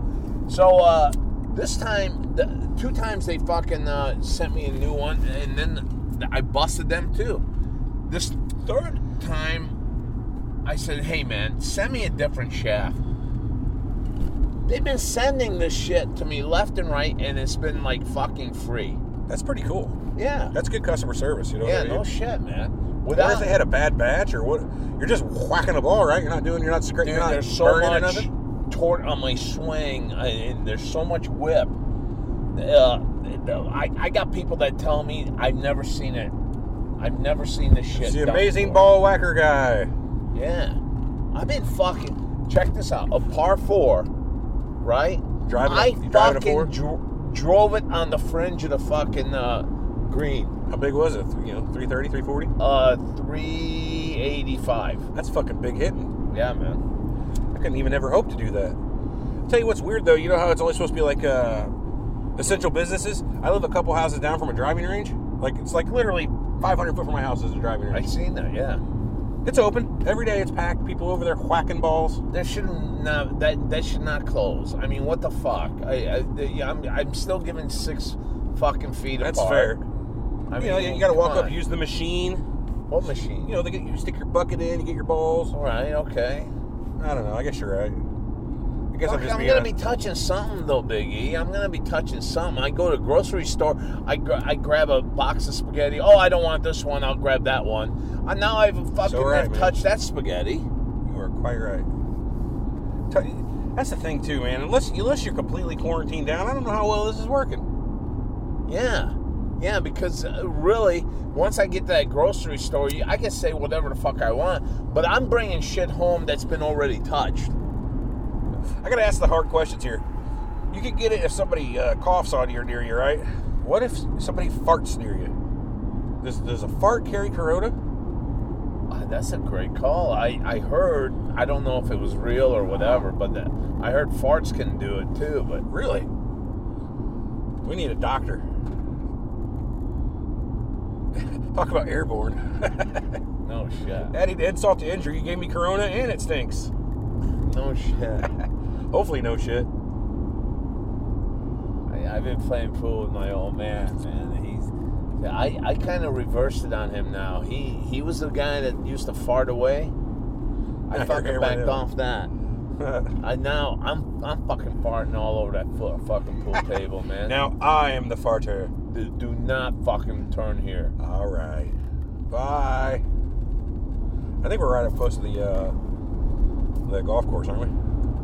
Speaker 4: So uh, this time, the, two times they fucking uh, sent me a new one, and then I busted them too. This third time, I said, "Hey man, send me a different shaft." They've been sending this shit to me left and right, and it's been like fucking free.
Speaker 3: That's pretty cool.
Speaker 4: Yeah,
Speaker 3: That's good customer service, you know.
Speaker 4: yeah,
Speaker 3: what I mean?
Speaker 4: no shit, man.
Speaker 3: Or if
Speaker 4: Without
Speaker 3: they had a bad batch or what? You're just whacking the ball, right? You're not doing. You're not scraping.
Speaker 4: Dude,
Speaker 3: You're not
Speaker 4: there's so
Speaker 3: burning or
Speaker 4: much
Speaker 3: nothing.
Speaker 4: torque on my swing, I- and there's so much whip. Uh, I, I got people that tell me I've never seen it. I've never seen this shit.
Speaker 3: It's the
Speaker 4: done
Speaker 3: amazing
Speaker 4: before."
Speaker 3: ball whacker guy.
Speaker 4: Yeah, I've been fucking. Check this out. A par four, right?
Speaker 3: Driving a-
Speaker 4: I
Speaker 3: you driving a
Speaker 4: fucking
Speaker 3: four?
Speaker 4: dro- drove it on the fringe of the fucking uh, green.
Speaker 3: How big was it? Three- You know, 330, 340.
Speaker 4: Uh, three eighty-five.
Speaker 3: That's fucking big hitting.
Speaker 4: Yeah, man.
Speaker 3: I couldn't even ever hope to do that. tell you what's weird though. You know how it's only supposed to be like uh, essential businesses. I live a couple houses down from a driving range. Like it's like literally 500 foot from my house is a driving
Speaker 4: I
Speaker 3: range.
Speaker 4: seen that. Yeah.
Speaker 3: It's open every day. It's packed. People over there whacking balls.
Speaker 4: That should not that that should not close. I mean, what the fuck? I, I yeah, I'm I'm still giving six fucking feet
Speaker 3: That's
Speaker 4: apart.
Speaker 3: fair.
Speaker 4: I mean,
Speaker 3: you know, you gotta walk
Speaker 4: come
Speaker 3: up,
Speaker 4: on.
Speaker 3: use the machine.
Speaker 4: what machine?
Speaker 3: You know, they get you stick your bucket in, you get your balls.
Speaker 4: All right, okay.
Speaker 3: I don't know. I guess you're right. I guess
Speaker 4: Fuck,
Speaker 3: I'm just
Speaker 4: I'm
Speaker 3: being
Speaker 4: gonna
Speaker 3: a-
Speaker 4: be touching something though, Big E. I'm gonna be touching something. I go to grocery store. I gra- I grab a box of spaghetti. Oh, I don't want this one. I'll grab that one. And now I've fucking
Speaker 3: right,
Speaker 4: have
Speaker 3: man.
Speaker 4: touched that spaghetti.
Speaker 3: You are quite right. T- That's the thing too, man. Unless unless you're completely quarantined down, I don't know how well this is working.
Speaker 4: Yeah. Yeah, because uh, really, once I get to that grocery store, you- I can say whatever the fuck I want, but I'm bringing shit home that's been already touched.
Speaker 3: I gotta ask the hard questions here. You could get it if somebody uh, coughs on you or near you, right? What if somebody farts near you? Does does a fart carry corona?
Speaker 4: Ah, that's a great call. I, I heard, I don't know if it was real or whatever, but that, I heard farts can do it too, but
Speaker 3: Really? We need a doctor. Talk about airborne.
Speaker 4: no shit.
Speaker 3: Adding insult to injury, you gave me corona and it stinks.
Speaker 4: No shit.
Speaker 3: Hopefully, no shit.
Speaker 4: I, I've been playing pool with my old man, man. He's, I, I kind of reversed it on him now. He he was the guy that used to fart away. I
Speaker 3: You're
Speaker 4: fucking
Speaker 3: here with
Speaker 4: backed
Speaker 3: him.
Speaker 4: off that. I now I'm I'm fucking farting all over that fu- fucking pool table, man.
Speaker 3: now I am the farter.
Speaker 4: do, do not fucking turn here.
Speaker 3: All right. Bye. I think we're right up close to the uh, the golf course, aren't we?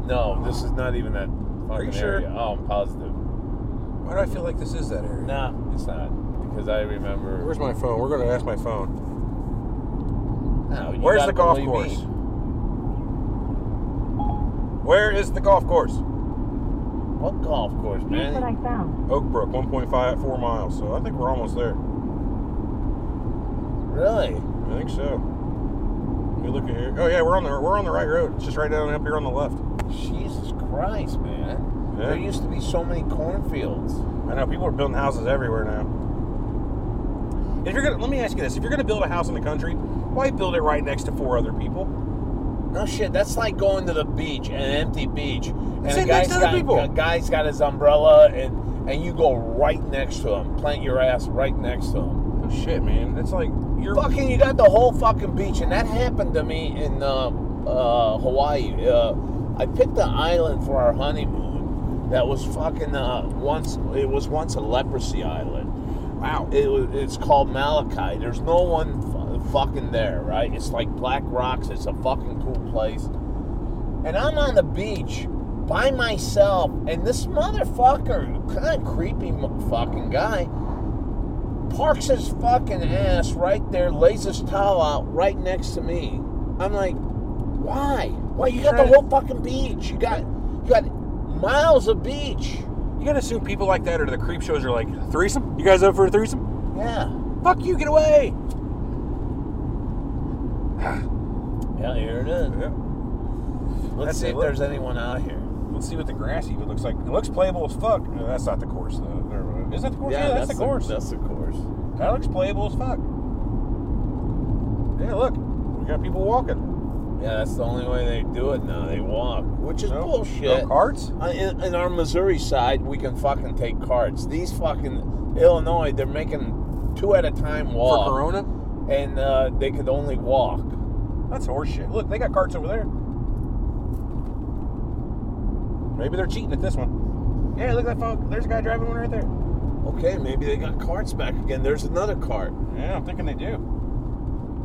Speaker 4: No, this is not even that fucking
Speaker 3: you sure?
Speaker 4: area. Oh, I'm positive.
Speaker 3: Why do I feel like this is that area?
Speaker 4: Nah, it's not because I remember.
Speaker 3: Where's my phone? We're gonna ask my phone.
Speaker 4: No, you
Speaker 3: Where's
Speaker 4: gotta
Speaker 3: the golf
Speaker 4: believe
Speaker 3: course?
Speaker 4: me.
Speaker 3: Where is the golf course?
Speaker 4: What golf course,
Speaker 5: Here's what I
Speaker 4: man?
Speaker 5: found.
Speaker 3: Oak Brook, 1.5 four miles. So I think we're almost there.
Speaker 4: Really?
Speaker 3: I think so. Let me look at here. Oh yeah, we're on the we're on the right road. It's just right down up here on the left.
Speaker 4: Jesus Christ, man. There used to be so many cornfields.
Speaker 3: I know people are building houses everywhere now. If you're gonna, let me ask you this: If you're gonna build a house in the country, why build it right next to four other people?
Speaker 4: No shit, that's like going to the beach, an empty beach, and
Speaker 3: Sit
Speaker 4: a guy's
Speaker 3: next to other
Speaker 4: got
Speaker 3: people.
Speaker 4: a guy's got his umbrella, and and you go right next to him, plant your ass right next to him.
Speaker 3: Oh shit, man! It's like you're
Speaker 4: Fucking, you got the whole fucking beach, and that happened to me in uh, uh, Hawaii. Uh, I picked an island for our honeymoon that was fucking uh, once. It was once a leprosy island.
Speaker 3: wow.
Speaker 4: It, wa- it's called Malachi. There's no one fu- fucking there, right? It's like Black Rocks. It's a fucking cool place. And I'm on the beach by myself, and this motherfucker, kind of creepy mo- fucking guy, parks his fucking ass right there, lays his towel out right next to me. I'm like, why? Why you got the whole fucking beach? You got you got miles of beach.
Speaker 3: you gotta assume people like that are the creep shows are like threesome. You guys up for a threesome?
Speaker 4: Yeah.
Speaker 3: Fuck you! Get away!
Speaker 4: Yeah, here it is.
Speaker 3: Yeah.
Speaker 4: Let's
Speaker 3: That's
Speaker 4: see
Speaker 3: it.
Speaker 4: if there's anyone out here.
Speaker 3: Let's see what the grass even looks like. It looks playable as fuck. No, that's not the course though. Or, uh, Is that the course? Yeah, that's, the course.
Speaker 4: that's the course.
Speaker 3: That looks playable as fuck. Yeah, look, we got people walking.
Speaker 4: Yeah, that's the only way they do it now. They walk, which is
Speaker 3: No,
Speaker 4: bullshit.
Speaker 3: No carts.
Speaker 4: Uh, in, in our Missouri side, we can fucking take carts. These fucking Illinois, they're making two at a time
Speaker 3: For
Speaker 4: walk,
Speaker 3: Corona?
Speaker 4: and uh, they could only walk.
Speaker 3: That's horseshit. Look, they got carts over there. Maybe they're cheating at this one. Yeah, look at that phone. There's a guy driving one right there.
Speaker 4: Okay, maybe they got carts back again. There's another cart.
Speaker 3: Yeah, I'm thinking they do.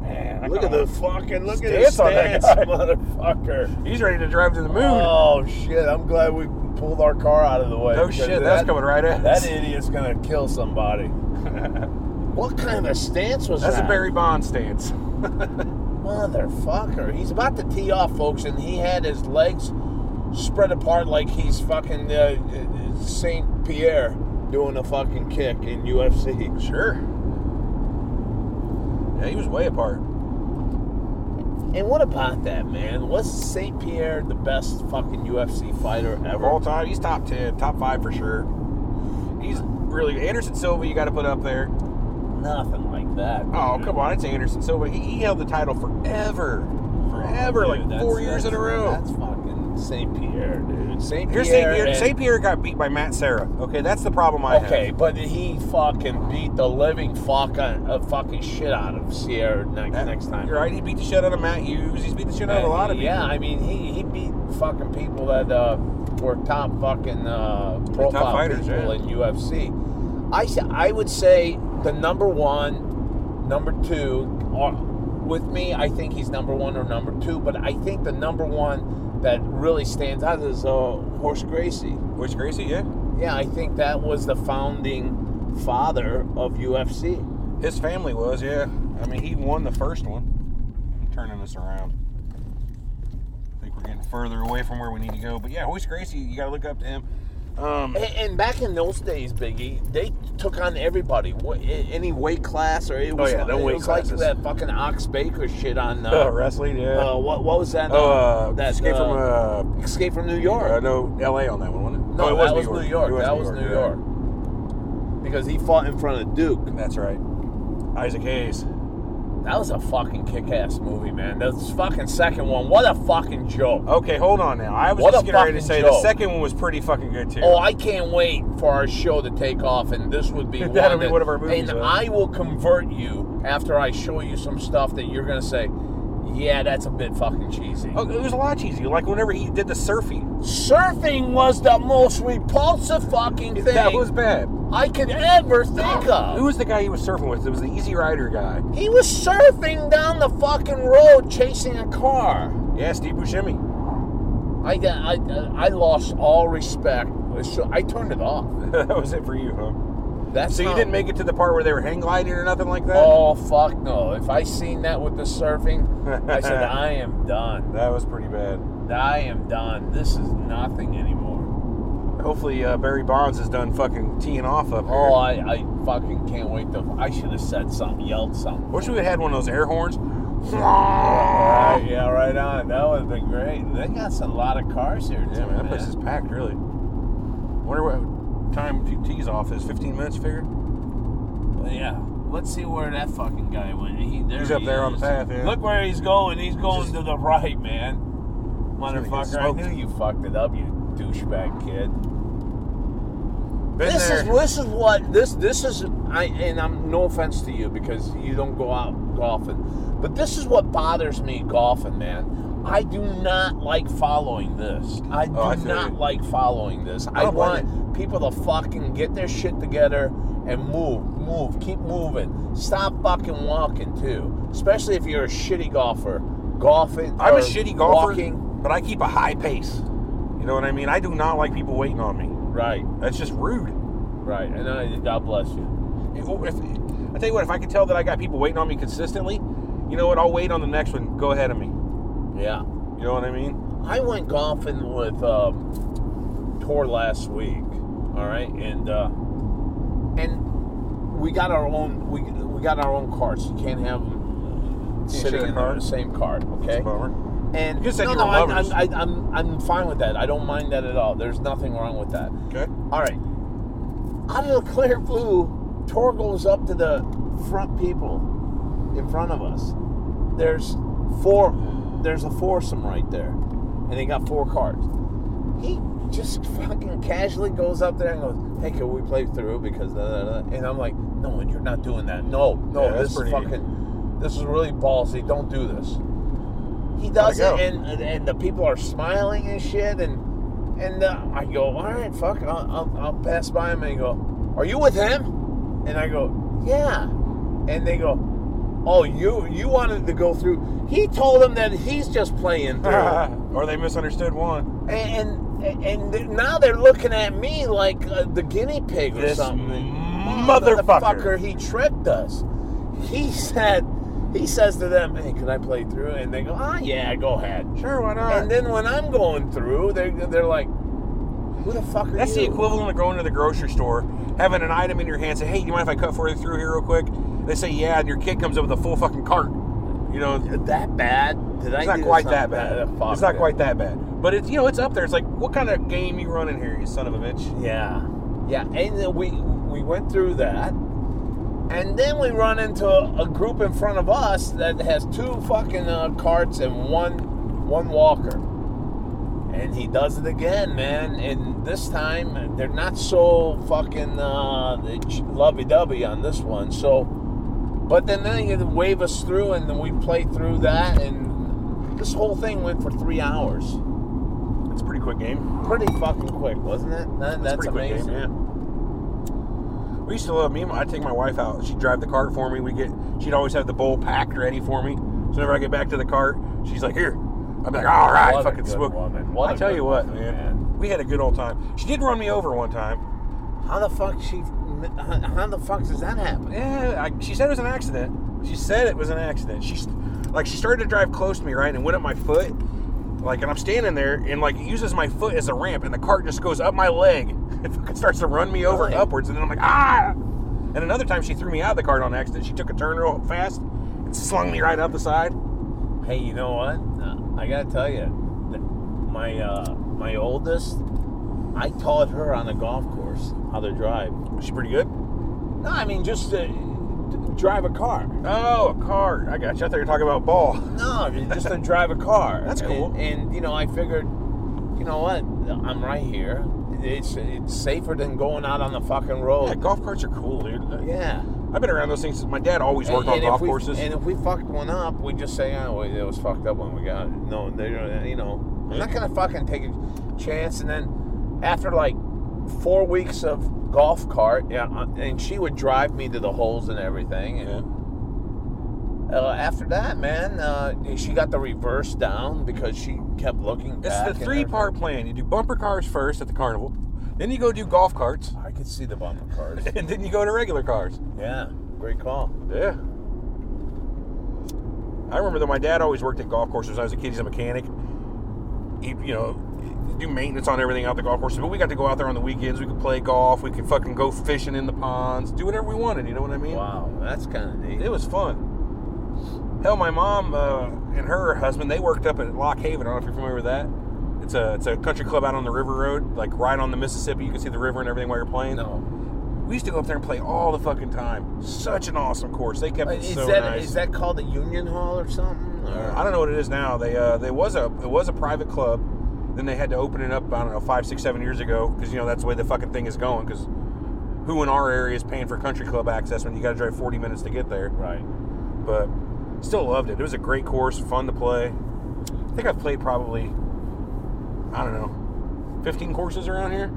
Speaker 3: Man, I
Speaker 4: Look at
Speaker 3: kinda
Speaker 4: the fucking look at
Speaker 3: Stance
Speaker 4: this
Speaker 3: on that
Speaker 4: stance,
Speaker 3: guy.
Speaker 4: motherfucker.
Speaker 3: want- He's ready to drive to the moon.
Speaker 4: Oh shit! I'm glad we pulled our car out of the way.
Speaker 3: no
Speaker 4: because
Speaker 3: shit,
Speaker 4: that-
Speaker 3: that's coming right at
Speaker 4: That
Speaker 3: us.
Speaker 4: idiot's gonna kill somebody. what kind of a stance was
Speaker 3: That's
Speaker 4: that?
Speaker 3: a Barry Bond stance.
Speaker 4: Motherfucker. He's about to tee off, folks, and he had his legs spread apart like he's fucking uh, uh, St. Pierre doing a fucking kick in UFC.
Speaker 3: Sure. Yeah, he was way apart.
Speaker 4: And what about that, man? Was St. Pierre the best fucking UFC fighter
Speaker 3: Of
Speaker 4: ever?
Speaker 3: all time, he's top ten, top five for sure. He's really Anderson Silva. You got to put up there.
Speaker 4: Nothing like that.
Speaker 3: Oh, come on, it's Anderson Silva. He, he held the title forever. Forever,
Speaker 4: Dude,
Speaker 3: like
Speaker 4: that's-
Speaker 3: four years in a
Speaker 4: that's-
Speaker 3: row.
Speaker 4: That's fucking St. Pierre, dude. St. Pierre.
Speaker 3: Here's St. Pierre.
Speaker 4: and-
Speaker 3: St. Pierre got beat by Matt Sarah. Okay, that's the problem I
Speaker 4: Okay, but he fucking beat the living fuck uh, fucking shit out of Sierra next,
Speaker 3: have.
Speaker 4: next time.
Speaker 3: You're right. He beat the shit out of Matt Hughes. He's beat the shit out of a lot of people.
Speaker 4: Yeah, I mean, he, he beat fucking people that uh, were top fucking uh, profile
Speaker 3: fighters,
Speaker 4: people
Speaker 3: yeah.
Speaker 4: in UFC. I, s- I would say the number one, number two, are, with me, I think he's number one or number two, but I think the number one that really stands out is uh, Horse Gracie.
Speaker 3: Which Gracie, yeah.
Speaker 4: Yeah, I think that was the founding father of UFC.
Speaker 3: His family was, yeah. I mean, he won the first one. I'm turning this around. I think we're getting further away from where we need to go. But yeah, Hoist Gracie, you got to look up to him. Um,
Speaker 4: And, and back in those days, Biggie, they took on everybody, wha- a- any weight class, or it was,
Speaker 3: Oh, yeah, the
Speaker 4: it
Speaker 3: weight
Speaker 4: was like
Speaker 3: classes.
Speaker 4: that fucking Ox Baker shit on. Uh,
Speaker 3: wrestling, yeah.
Speaker 4: uh, what what was that? um,
Speaker 3: oh, uh,
Speaker 4: that
Speaker 3: escape from uh,
Speaker 4: Escape from New
Speaker 3: Uh,
Speaker 4: York.
Speaker 3: no, L.A. on that one, wasn't it? Oh,
Speaker 4: no,
Speaker 3: it
Speaker 4: that was New York.
Speaker 3: It
Speaker 4: That was New
Speaker 3: yeah.
Speaker 4: York. Because he fought in front of Duke.
Speaker 3: That's right. Isaac Hayes.
Speaker 4: That was a fucking kick-ass movie, man. This fucking second one, what a fucking joke.
Speaker 3: Okay, hold on now. I was
Speaker 4: What
Speaker 3: just
Speaker 4: a
Speaker 3: getting ready to
Speaker 4: fucking
Speaker 3: say the
Speaker 4: joke.
Speaker 3: second one was pretty fucking good too.
Speaker 4: Oh, I can't wait for our show to take off, and this would be
Speaker 3: That'll
Speaker 4: one,
Speaker 3: be
Speaker 4: that-
Speaker 3: one of our movies,
Speaker 4: And
Speaker 3: huh?
Speaker 4: I will convert you after I show you some stuff that you're gonna say, yeah, that's a bit fucking cheesy.
Speaker 3: Oh, it was a lot cheesy. Like whenever he did the surfing,
Speaker 4: Surfing was the most repulsive fucking thing
Speaker 3: that was bad.
Speaker 4: I could ever think
Speaker 3: Who
Speaker 4: of.
Speaker 3: was the guy he was surfing with? It was the Easy Rider guy.
Speaker 4: He was surfing down the fucking road chasing a car.
Speaker 3: Yeah, Steve Buscemi.
Speaker 4: I I, I lost all respect. So I turned it off.
Speaker 3: that was it for you, huh?
Speaker 4: That's
Speaker 3: So you
Speaker 4: how-
Speaker 3: didn't make it to the part where they were hang gliding or nothing like that.
Speaker 4: Oh fuck no! If I seen that with the surfing, I said I am done.
Speaker 3: That was pretty bad.
Speaker 4: I am done. This is nothing anymore.
Speaker 3: Hopefully uh, Barry Bonds is done fucking teeing off up here.
Speaker 4: Oh, I, I fucking can't wait to. I should have said something, yelled something.
Speaker 3: Wish we had had one of those air horns.
Speaker 4: Right, yeah, right on. That would have been great. They got a lot of cars here too,
Speaker 3: Yeah, man, that place
Speaker 4: man.
Speaker 3: is packed, really. Wonder what time TT's off is. 15 minutes, you figure?
Speaker 4: Yeah. Let's see where that fucking guy went. He, there
Speaker 3: He's up
Speaker 4: he
Speaker 3: there on the
Speaker 4: is.
Speaker 3: path, yeah.
Speaker 4: Look where he's going. He's going
Speaker 3: Just-
Speaker 4: to the right, man. Motherfucker, I
Speaker 3: smoked.
Speaker 4: knew you fucked it up, you douchebag kid.
Speaker 3: Been
Speaker 4: This
Speaker 3: there.
Speaker 4: is this is what this this is. I and I'm no offense to you because you don't go out golfing, but this is what bothers me golfing, man. I do not like following this. I do
Speaker 3: Oh, I feel
Speaker 4: not
Speaker 3: you.
Speaker 4: like following this. I,
Speaker 3: don't blame
Speaker 4: want people to fucking get their shit together and move, move, keep moving. Stop fucking walking too, especially if you're a shitty golfer. Golfing.
Speaker 3: I'm
Speaker 4: or
Speaker 3: a shitty golfer,
Speaker 4: Walking.
Speaker 3: but I keep a high pace. You know what I mean? I do not like people waiting on me.
Speaker 4: Right,
Speaker 3: That's just rude.
Speaker 4: right. And I, God bless you.
Speaker 3: If, I tell you what, if I could tell that I got people waiting on me consistently, you know what? I'll wait on the next one. Go ahead of me.
Speaker 4: Yeah.
Speaker 3: You know what I mean?
Speaker 4: I went golfing with um, Tor last week. All right, and uh, and we got our own we we got our own carts. You can't have them
Speaker 3: share
Speaker 4: sitting
Speaker 3: the
Speaker 4: in there in
Speaker 3: cart?
Speaker 4: the same cart. Okay.
Speaker 3: It's a bummer.
Speaker 4: And
Speaker 3: You just said
Speaker 4: no,
Speaker 3: you
Speaker 4: no,
Speaker 3: were
Speaker 4: I'm,
Speaker 3: lovers.
Speaker 4: I'm, I- I'm I'm fine with that. I don't mind that at all. There's nothing wrong with that.
Speaker 3: Okay.
Speaker 4: All right. Out of the clear blue, Tor goes up to the front people in front of us. There's four. There's a foursome right there, and they got four cards. He just fucking casually goes up there and goes, "Hey, can we play through?" Because da, da, da. and I'm like, "No, you're not doing that. No, no,
Speaker 3: Yeah, that's
Speaker 4: this is
Speaker 3: pretty-
Speaker 4: fucking. This is really ballsy. Don't do this." he does
Speaker 3: How'd it
Speaker 4: it, and and the people are smiling and shit, and and uh, I go, all right, fuck, I'll, I'll, I'll pass by him, and they go, are you with him? And I go, yeah, and they go, oh, you you wanted to go through? He told them that he's just playing through.
Speaker 3: or they misunderstood one.
Speaker 4: And and, and th- now they're looking at me like uh, the guinea pig or
Speaker 3: This
Speaker 4: something.
Speaker 3: motherfucker.
Speaker 4: he tricked us. He said, he says to them, "Hey, can I play through?" And they go, "Ah, yeah, go ahead."
Speaker 3: Sure, why not?
Speaker 4: And then when I'm going through, they're they're like, "Who the fuck are
Speaker 3: That's
Speaker 4: you?"
Speaker 3: the equivalent of going to the grocery store, having an item in your hand, say, "Hey, you mind if I cut for you through here real quick?" They say, "Yeah," and your kid comes up with a full fucking cart. You know, it's
Speaker 4: That bad? Did I?
Speaker 3: not
Speaker 4: do
Speaker 3: quite that
Speaker 4: something
Speaker 3: bad.
Speaker 4: Uh, fuck
Speaker 3: It's not
Speaker 4: it.
Speaker 3: quite that bad, but it's you know, it's up there. It's like, what kind of game you running here, you son of a bitch?
Speaker 4: Yeah, yeah. And then we we went through that, and then we run into a, a group in front of us that has two fucking uh, carts and one one walker. And he does it again, man. And this time uh, they're not so fucking uh, lovey dovey on this one. So, but then they wave us through, and then we play through that, and this whole thing went for three hours
Speaker 3: It's a pretty quick game.
Speaker 4: pretty fucking quick, wasn't it? That, that's
Speaker 3: pretty quick,
Speaker 4: amazing.
Speaker 3: We used to love me. and my- I'd take my wife out. She'd drive the cart for me. We get. She'd always have the bowl packed ready for me. So whenever I get back to the cart, she's like, "Here." I'm like, "All right,
Speaker 4: What a
Speaker 3: fucking
Speaker 4: good
Speaker 3: smoke."
Speaker 4: woman. What
Speaker 3: I
Speaker 4: a
Speaker 3: tell
Speaker 4: good
Speaker 3: you what,
Speaker 4: woman,
Speaker 3: man,
Speaker 4: man.
Speaker 3: we had a good old time. She did run me over one time.
Speaker 4: How the fuck she? How, how the fuck does that happen?
Speaker 3: Yeah, I, she said it was an accident. She said it was an accident. She's like she started to drive close to me, right, and went up my foot, like, and I'm standing there, and like uses my foot as a ramp, and the cart just goes up my leg. It fucking starts to run me over
Speaker 4: Really?
Speaker 3: upwards, and then I'm like, ah! And another time she threw me out of the cart on accident. She took a turn real fast and slung me right out the side.
Speaker 4: Hey, you know what? Uh, I gotta tell you, th- my uh, my oldest, I taught her on a golf course how to drive.
Speaker 3: Was she pretty good?
Speaker 4: No, I mean just uh, d- drive a car.
Speaker 3: Oh, a cart. I got you. I thought you were talking about ball.
Speaker 4: No, I mean, just to drive a car.
Speaker 3: That's cool.
Speaker 4: And, and, you know, I figured, you know what? I'm right here. It's it's safer than going out on the fucking
Speaker 3: Yeah,
Speaker 4: road.
Speaker 3: golf carts are cool, dude.
Speaker 4: Yeah.
Speaker 3: I've been around those things. since My dad always worked on
Speaker 4: if
Speaker 3: golf
Speaker 4: we-
Speaker 3: courses.
Speaker 4: And if we fucked one up, we just say, "Oh, wait, it was fucked up when we got it." No, they don't. You know, I'm not gonna fucking take a chance. And then after like four weeks of golf cart, yeah, uh, and she would drive me to the holes and everything. And
Speaker 3: Yeah.
Speaker 4: uh, after that, man, uh, she got the reverse down because she kept looking.
Speaker 3: It's
Speaker 4: back
Speaker 3: the
Speaker 4: and
Speaker 3: three part plan. You do bumper cars first at the carnival, then you go do golf carts,
Speaker 4: everything. I could see the bumper cars.
Speaker 3: and then you go to regular cars.
Speaker 4: yeah, great call.
Speaker 3: Yeah. I remember that my dad always worked at golf courses when I was a kid. He's a mechanic. He, you know, do maintenance on everything out the golf courses. But we got to go out there on the weekends. We could play golf. We could fucking go fishing in the ponds. Do whatever we wanted. You know what I mean?
Speaker 4: Wow, that's kind of neat.
Speaker 3: It was fun. Hell, my mom uh, and her husband, they worked up at Lock Haven. I don't know if you're familiar with that. It's a it's a country club out on the river road, like right on the Mississippi. You can see the river and everything while you're playing.
Speaker 4: No.
Speaker 3: We used to go up there and play all the fucking time. Such an awesome course. They kept it
Speaker 4: Uh, Is
Speaker 3: so
Speaker 4: that
Speaker 3: nice.
Speaker 4: is that called the Union Hall or something? Or-
Speaker 3: I don't know what it is now. They uh, they was a it was a private club. Then they had to open it up. I don't know five, six, seven years ago because you know that's the way the fucking thing is going. Because who in our area is paying for country club access when you got to drive 40 minutes to get there?
Speaker 4: Right.
Speaker 3: But still loved it. It was a great course, fun to play. I think I've played probably I don't know 15 courses around here.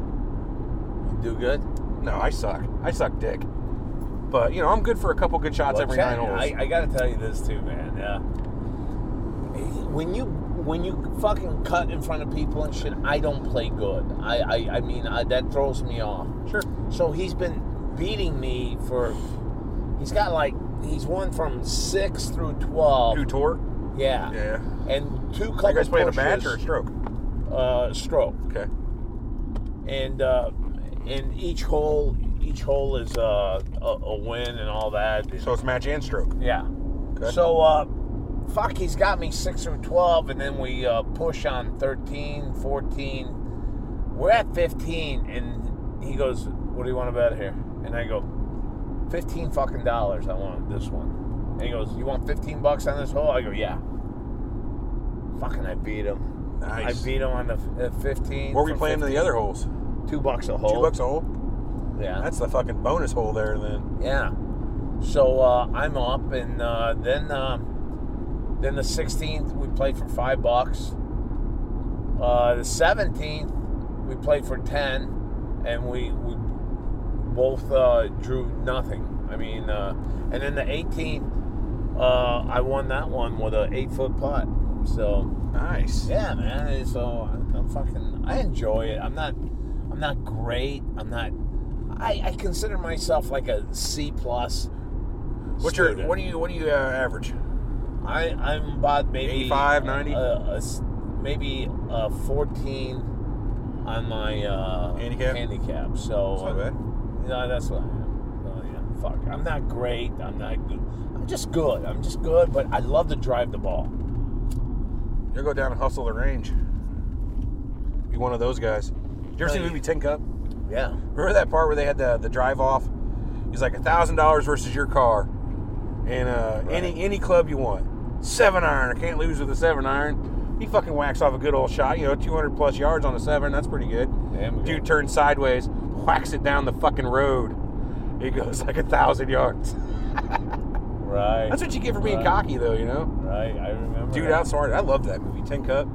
Speaker 4: Do good.
Speaker 3: No, I suck. I suck dick. But you know I'm good for a couple good shots
Speaker 4: Well,
Speaker 3: every
Speaker 4: Chad,
Speaker 3: nine holes.
Speaker 4: I, I gotta tell you this too, man. Yeah. When you when you fucking cut in front of people and shit, I don't play good. I I, I mean I, that throws me off.
Speaker 3: sure.
Speaker 4: So he's been beating me for. He's got like he's won from six through twelve.
Speaker 3: New tour.
Speaker 4: Yeah.
Speaker 3: Yeah.
Speaker 4: And two couple
Speaker 3: You guys playing a match or a
Speaker 4: pushes,
Speaker 3: stroke?
Speaker 4: uh, stroke.
Speaker 3: Okay.
Speaker 4: and uh, and each hole each hole is uh, a, a win and all that.
Speaker 3: So it's match and stroke.
Speaker 4: yeah.
Speaker 3: Okay.
Speaker 4: So uh, fuck, he's got me six or twelve, and then we uh, push on 13, 14. We're at fifteen, and he goes, "What do you want to bet here?" And I go, 15 fucking dollars. I want this one." And he goes, "You want fifteen bucks on this hole?" I go, "Yeah." Fucking, I beat him.
Speaker 3: Nice.
Speaker 4: I beat him on the uh, 15.
Speaker 3: Where we
Speaker 4: for
Speaker 3: playing in the
Speaker 4: 15.
Speaker 3: other holes?
Speaker 4: Two bucks a hole.
Speaker 3: Two bucks a hole.
Speaker 4: Yeah.
Speaker 3: That's the fucking bonus hole there. Then
Speaker 4: yeah. So uh, I'm up, and uh, then uh, then the 16th we played for five bucks. Uh, the 17th we played for ten, and we we both uh, drew nothing. I mean, uh, and then the 18th uh, I won that one with an eight foot putt. So
Speaker 3: nice.
Speaker 4: yeah, man. and So I'm, I'm fucking. I enjoy it. I'm not. I'm not great. I'm not. I, I consider myself like a C plus.
Speaker 3: What's your what do you what do you uh, average?
Speaker 4: you? I I'm about maybe
Speaker 3: 85, 90?
Speaker 4: Uh, a s- maybe uh 14 on my uh,
Speaker 3: Handicap?
Speaker 4: Handicap.
Speaker 3: That's
Speaker 4: So
Speaker 3: not bad.
Speaker 4: no, that's what I am. Oh, yeah. Fuck. I'm not great. I'm not good. I'm just good. I'm just good. But I love to drive the ball.
Speaker 3: You'll go down and hustle the range. Be one of those guys. Did you ever
Speaker 4: No,
Speaker 3: see the
Speaker 4: you-
Speaker 3: movie Tin Cup?
Speaker 4: Yeah.
Speaker 3: Remember that part where they had the, the drive off? He's like thousand dollars versus your car, and uh,
Speaker 4: Right.
Speaker 3: any any club you want. Seven iron. I can't lose with a seven iron. He fucking whacks off a good old shot. You know, 200 plus yards on a seven. That's pretty good.
Speaker 4: Damn good.
Speaker 3: Dude turns sideways, whacks it down the fucking road. He goes like a thousand yards.
Speaker 4: Right.
Speaker 3: That's what you get for being
Speaker 4: Right.
Speaker 3: cocky, though. You know,
Speaker 4: Right. I remember.
Speaker 3: dude
Speaker 4: that.
Speaker 3: outsmarted. I love that movie. Ten Cup,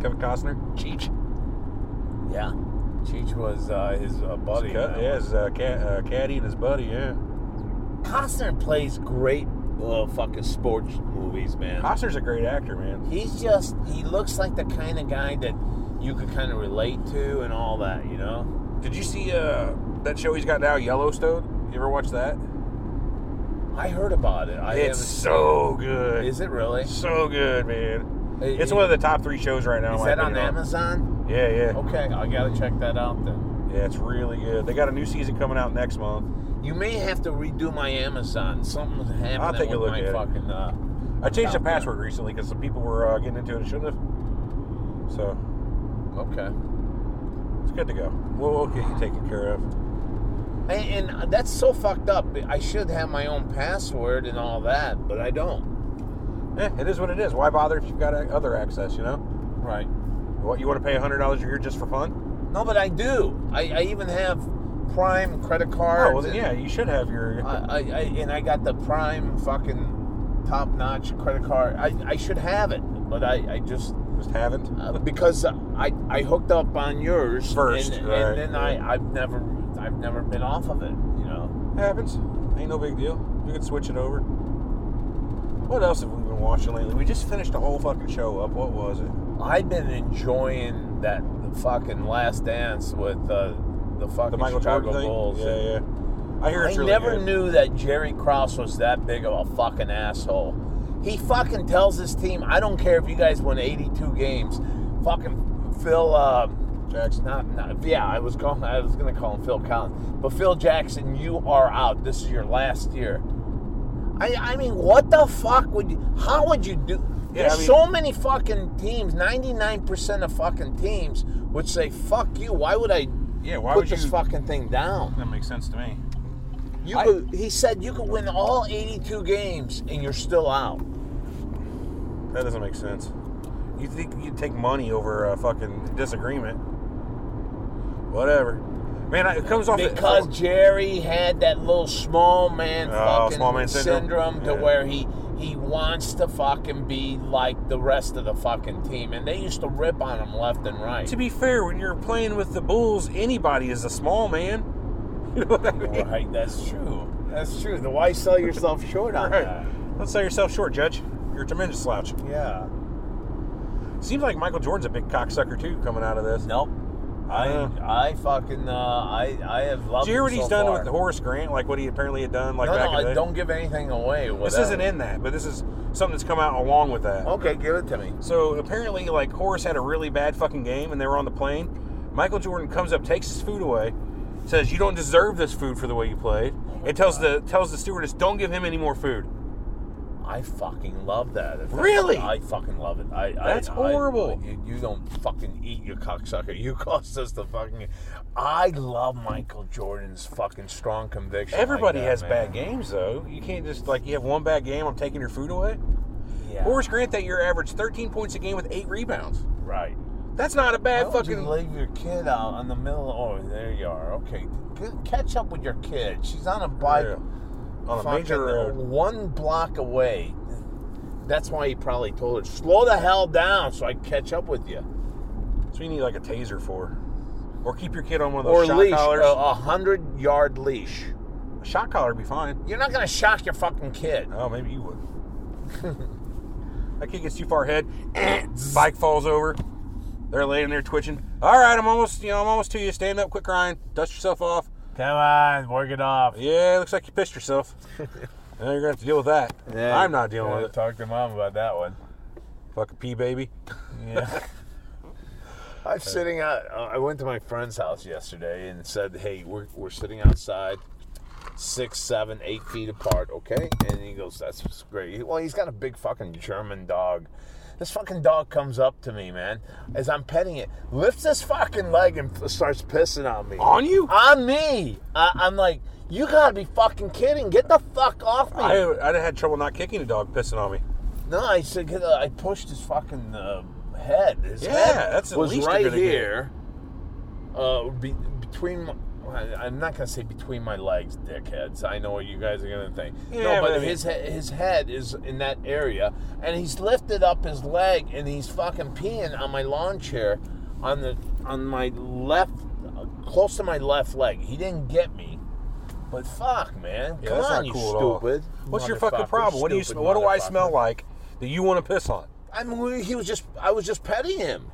Speaker 3: Kevin Costner, Cheech,
Speaker 4: Yeah. Cheech was uh, his uh, buddy.
Speaker 3: His cut-
Speaker 4: in that
Speaker 3: yeah,
Speaker 4: one.
Speaker 3: his uh, cat, uh, caddy and his buddy. Yeah,
Speaker 4: Costner plays great uh, fucking sports movies, man.
Speaker 3: Costner's a great actor, man.
Speaker 4: He's just, he looks like the kind of guy that you could kind of relate to and all that, you know?
Speaker 3: Did you see uh, that show he's got now, Yellowstone? You ever watch that?
Speaker 4: I heard about it. I
Speaker 3: it's so good.
Speaker 4: haven't. Is it really? Is
Speaker 3: so good, man.
Speaker 4: Hey,
Speaker 3: it's
Speaker 4: hey.
Speaker 3: one of the top three shows right now. in my
Speaker 4: that on
Speaker 3: opinion.
Speaker 4: Amazon?
Speaker 3: Yeah, yeah,
Speaker 4: Okay, I gotta check that out then.
Speaker 3: yeah. It's really good. They got a new season coming out next month.
Speaker 4: You may have to redo my Amazon. Something's happening
Speaker 3: take a
Speaker 4: with
Speaker 3: look
Speaker 4: my
Speaker 3: at it.
Speaker 4: fucking. Uh,
Speaker 3: I changed the
Speaker 4: Out there.
Speaker 3: password recently because some people were uh, getting into it and shouldn't have. So
Speaker 4: okay.
Speaker 3: it's good to go. Well, okay, you taken care of.
Speaker 4: And, and that's so fucked up. I should have my own password and all that, but I don't.
Speaker 3: Eh, it is what it is. Why bother if you've got a- other access? You know,
Speaker 4: Right.
Speaker 3: what you want to pay hundred dollars a year just for fun?
Speaker 4: No, but I do. I, I even have Prime credit cards.
Speaker 3: Oh well, then yeah, you should have your.
Speaker 4: I, I, I and I got the Prime fucking top notch credit card. I, I should have it, but I, I just
Speaker 3: just haven't.
Speaker 4: uh, because I I hooked up on yours
Speaker 3: First,
Speaker 4: and,
Speaker 3: right,
Speaker 4: and then
Speaker 3: yeah.
Speaker 4: I I've never I've never been off of it. You know.
Speaker 3: Happens. Ain't no big deal. You can switch it over. What else have we been watching lately? We just finished a whole fucking show up. What was it?
Speaker 4: I've been enjoying that fucking Last Dance with uh, the fucking
Speaker 3: The Michael
Speaker 4: Chicago
Speaker 3: Jordan thing.
Speaker 4: Bulls.
Speaker 3: Yeah, yeah. I hear
Speaker 4: I
Speaker 3: it's really
Speaker 4: never
Speaker 3: good.
Speaker 4: knew that Jerry Krause was that big of a fucking asshole. He fucking tells his team, I don't care if you guys win 82 games. Fucking Phil, uh,
Speaker 3: Jackson.
Speaker 4: not, not, yeah, I was going, I was gonna call him Phil Collins, but Phil Jackson, you are out. This is your last year. I, I mean, what the fuck would you? How would you do?
Speaker 3: Yeah,
Speaker 4: There's
Speaker 3: I mean-
Speaker 4: so many fucking teams. Ninety-nine percent of fucking teams would say, "Fuck you." Why would I
Speaker 3: Yeah, why
Speaker 4: put
Speaker 3: would
Speaker 4: this
Speaker 3: you-
Speaker 4: fucking thing down?
Speaker 3: That makes sense to me.
Speaker 4: You
Speaker 3: I-
Speaker 4: could, he said you could win all eighty-two games and you're still out.
Speaker 3: That doesn't make sense. You think you'd take money over a fucking disagreement? Whatever, man. I- It comes off
Speaker 4: Because Jerry had that little small man
Speaker 3: Oh,
Speaker 4: fucking
Speaker 3: small man syndrome?
Speaker 4: syndrome, to
Speaker 3: Yeah.
Speaker 4: where he he wants to fucking be like the rest of the fucking team, and they used to rip on him left and right.
Speaker 3: To be fair, when you're playing with the Bulls, anybody is a small man. You know what I mean?
Speaker 4: Right, that's true. That's true. Then why sell yourself short on
Speaker 3: Right. Don't sell yourself short, Judge. You're a tremendous slouch.
Speaker 4: that? Yeah.
Speaker 3: Seems like Michael Jordan's a big cocksucker too, coming out of this.
Speaker 4: Nope. I
Speaker 3: Uh.
Speaker 4: I fucking uh, I I have loved.
Speaker 3: Did you hear what
Speaker 4: him
Speaker 3: he's
Speaker 4: so
Speaker 3: done
Speaker 4: far.
Speaker 3: with Horace Grant? Like what he apparently had done, like
Speaker 4: no,
Speaker 3: back
Speaker 4: no,
Speaker 3: in the
Speaker 4: I
Speaker 3: day.
Speaker 4: don't give anything away.
Speaker 3: this
Speaker 4: whatever.
Speaker 3: isn't in that, but this is something that's come out along with that.
Speaker 4: Okay, give it to me.
Speaker 3: So apparently, like Horace had a really bad fucking game, and they were on the plane. Michael Jordan comes up, takes his food away, says, "You don't deserve this food for the way you played,"
Speaker 4: Oh
Speaker 3: and tells the tells the stewardess, "Don't give him any more food."
Speaker 4: I fucking love that. If that's-
Speaker 3: Really?
Speaker 4: I fucking love it. I I-
Speaker 3: That's
Speaker 4: I-
Speaker 3: horrible.
Speaker 4: you, you don't fucking eat your cocksucker. You cost us the fucking. I love Michael Jordan's fucking strong conviction. like
Speaker 3: Everybody
Speaker 4: that,
Speaker 3: has
Speaker 4: man.
Speaker 3: bad games, though. You can't just like you have one bad game. I'm taking your food away.
Speaker 4: Yeah.
Speaker 3: Horace Grant that year averaged 13 points a game with eight rebounds.
Speaker 4: right.
Speaker 3: That's not a bad
Speaker 4: Why would
Speaker 3: fucking.
Speaker 4: you leave your kid out in the middle. Oh, there you are. Okay, G- catch up with your kid. She's on a bike,
Speaker 3: Yeah. on a
Speaker 4: fucking
Speaker 3: major uh, road.
Speaker 4: one block away. That's why he probably told her, "Slow the hell down, so I can catch up with you."
Speaker 3: So you need like a taser for, or keep your kid on one of those
Speaker 4: Or
Speaker 3: shot
Speaker 4: leash, a
Speaker 3: collars.
Speaker 4: a hundred yard leash.
Speaker 3: a shot collar would be fine.
Speaker 4: You're not gonna shock your fucking kid.
Speaker 3: Oh, maybe you would. that kid gets too far ahead. Bike falls over. They're laying there twitching. All right, I'm almost, you know, I'm almost to you. Stand up, quit crying, dust yourself off.
Speaker 4: Come on, work it off.
Speaker 3: Yeah, looks like you pissed yourself. now you're gonna have to deal with that. I'm not dealing with it.
Speaker 4: Talk to mom about that one.
Speaker 3: Fucking pee baby.
Speaker 4: Yeah. I'm sitting out. uh, I went to my friend's house yesterday and said, "Hey, we're we're sitting outside, six, seven, eight feet apart, okay?" And he goes, "That's great." He- Well, he's got a big fucking German dog. This fucking dog comes up to me, man, as I'm petting it, lifts his fucking leg and f- starts pissing on me.
Speaker 3: On you?
Speaker 4: on me. I, I'm like, you gotta be fucking kidding. Get the fuck off me.
Speaker 3: I I had trouble not kicking a dog pissing on me.
Speaker 4: no, I said, get, uh, I pushed his fucking uh, head. His
Speaker 3: Yeah,
Speaker 4: head
Speaker 3: that's the
Speaker 4: was
Speaker 3: least you're
Speaker 4: right
Speaker 3: gonna get.
Speaker 4: here. Uh, be, between, my, I- I'm not gonna say between my legs, dickheads. I know what you guys are gonna think.
Speaker 3: Yeah,
Speaker 4: no, but
Speaker 3: but I mean-
Speaker 4: his he- his head is in that area, and he's lifted up his leg, and he's fucking peeing on my lawn chair, on the on my left, uh, close to my left leg. He didn't get me. But fuck, man!
Speaker 3: Yeah,
Speaker 4: Come
Speaker 3: that's
Speaker 4: on,
Speaker 3: not
Speaker 4: you
Speaker 3: cool at all.
Speaker 4: stupid!
Speaker 3: What's your fucking
Speaker 4: motherfucker,
Speaker 3: problem? What do you?
Speaker 4: stupid
Speaker 3: sm- What do I
Speaker 4: motherfucker.
Speaker 3: smell like that you want to piss on?
Speaker 4: I mean, we- he was just, I was just petting him.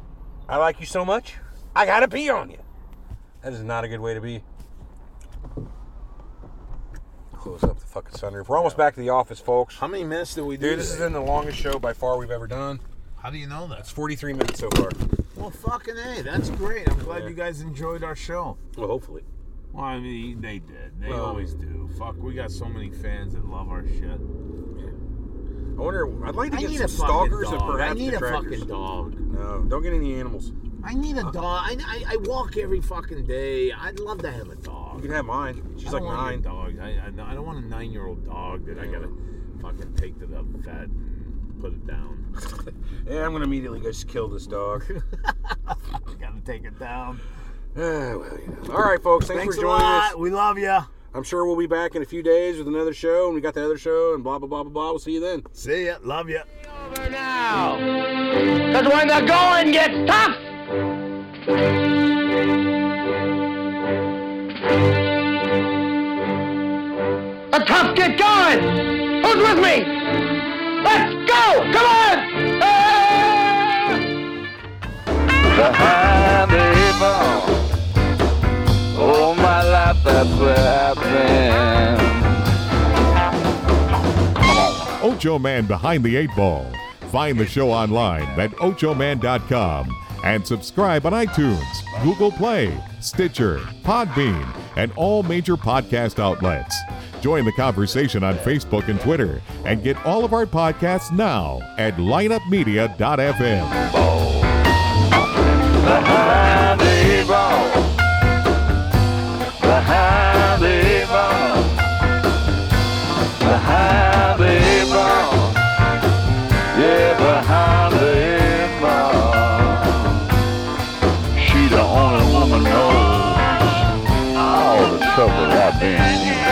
Speaker 3: I like you so much. I gotta pee on you. That is not a good way to be. Close up the fucking sunroof. We're almost back to the office, folks.
Speaker 4: How many minutes did we do?
Speaker 3: Dude, this has
Speaker 4: today?
Speaker 3: been the longest show by far we've ever done.
Speaker 4: How do you know
Speaker 3: It's
Speaker 4: that?
Speaker 3: 43 minutes so far.
Speaker 4: Well, fucking A, that's great. I'm glad you guys enjoyed our show.
Speaker 3: Well, hopefully.
Speaker 4: Well, I mean, they did. They
Speaker 3: Well-
Speaker 4: always do. Fuck, we got so many fans that love our shit.
Speaker 3: I wonder. I'd like to
Speaker 4: I
Speaker 3: get
Speaker 4: need
Speaker 3: some
Speaker 4: a
Speaker 3: stalkers
Speaker 4: fucking
Speaker 3: and
Speaker 4: dog.
Speaker 3: perhaps
Speaker 4: I need a
Speaker 3: detractors.
Speaker 4: fucking dog.
Speaker 3: No, don't get any animals.
Speaker 4: I need a dog. I, I, I walk every fucking day. I'd love to have a dog.
Speaker 3: You can have mine. She's
Speaker 4: I
Speaker 3: like
Speaker 4: don't want
Speaker 3: nine.
Speaker 4: Dogs. I, I, I don't want a nine-year-old dog that I gotta fucking take to the vet and put it down.
Speaker 3: Yeah, I'm gonna immediately go just kill this dog.
Speaker 4: I gotta take it down.
Speaker 3: Ah, well, you know. All right, folks. Thanks,
Speaker 4: Thanks
Speaker 3: for
Speaker 4: a
Speaker 3: joining us.
Speaker 4: lot. We love you.
Speaker 3: I'm sure we'll be back in a few days with another show, and we got the other show, and blah blah blah blah blah. We'll see you then.
Speaker 4: See ya. Love ya.
Speaker 5: over now. Because when the going gets tough, the tough get going. Who's with me? Let's go! Come on! Ah!
Speaker 2: behind the eight ball. All my life, that's where I've been.
Speaker 1: Ocho Man Behind the Eight Ball. Find the show online at ochoman.com and subscribe on iTunes, Google Play, Stitcher, Podbean, and all major podcast outlets. Join the conversation on Facebook and Twitter and get all of our podcasts now at lineupmedia.fm.
Speaker 2: Behind the eight ball. Behind the eight ball. Behind the eight ball. Yeah, behind the eight ball. She the only woman knows all the trouble I've been in.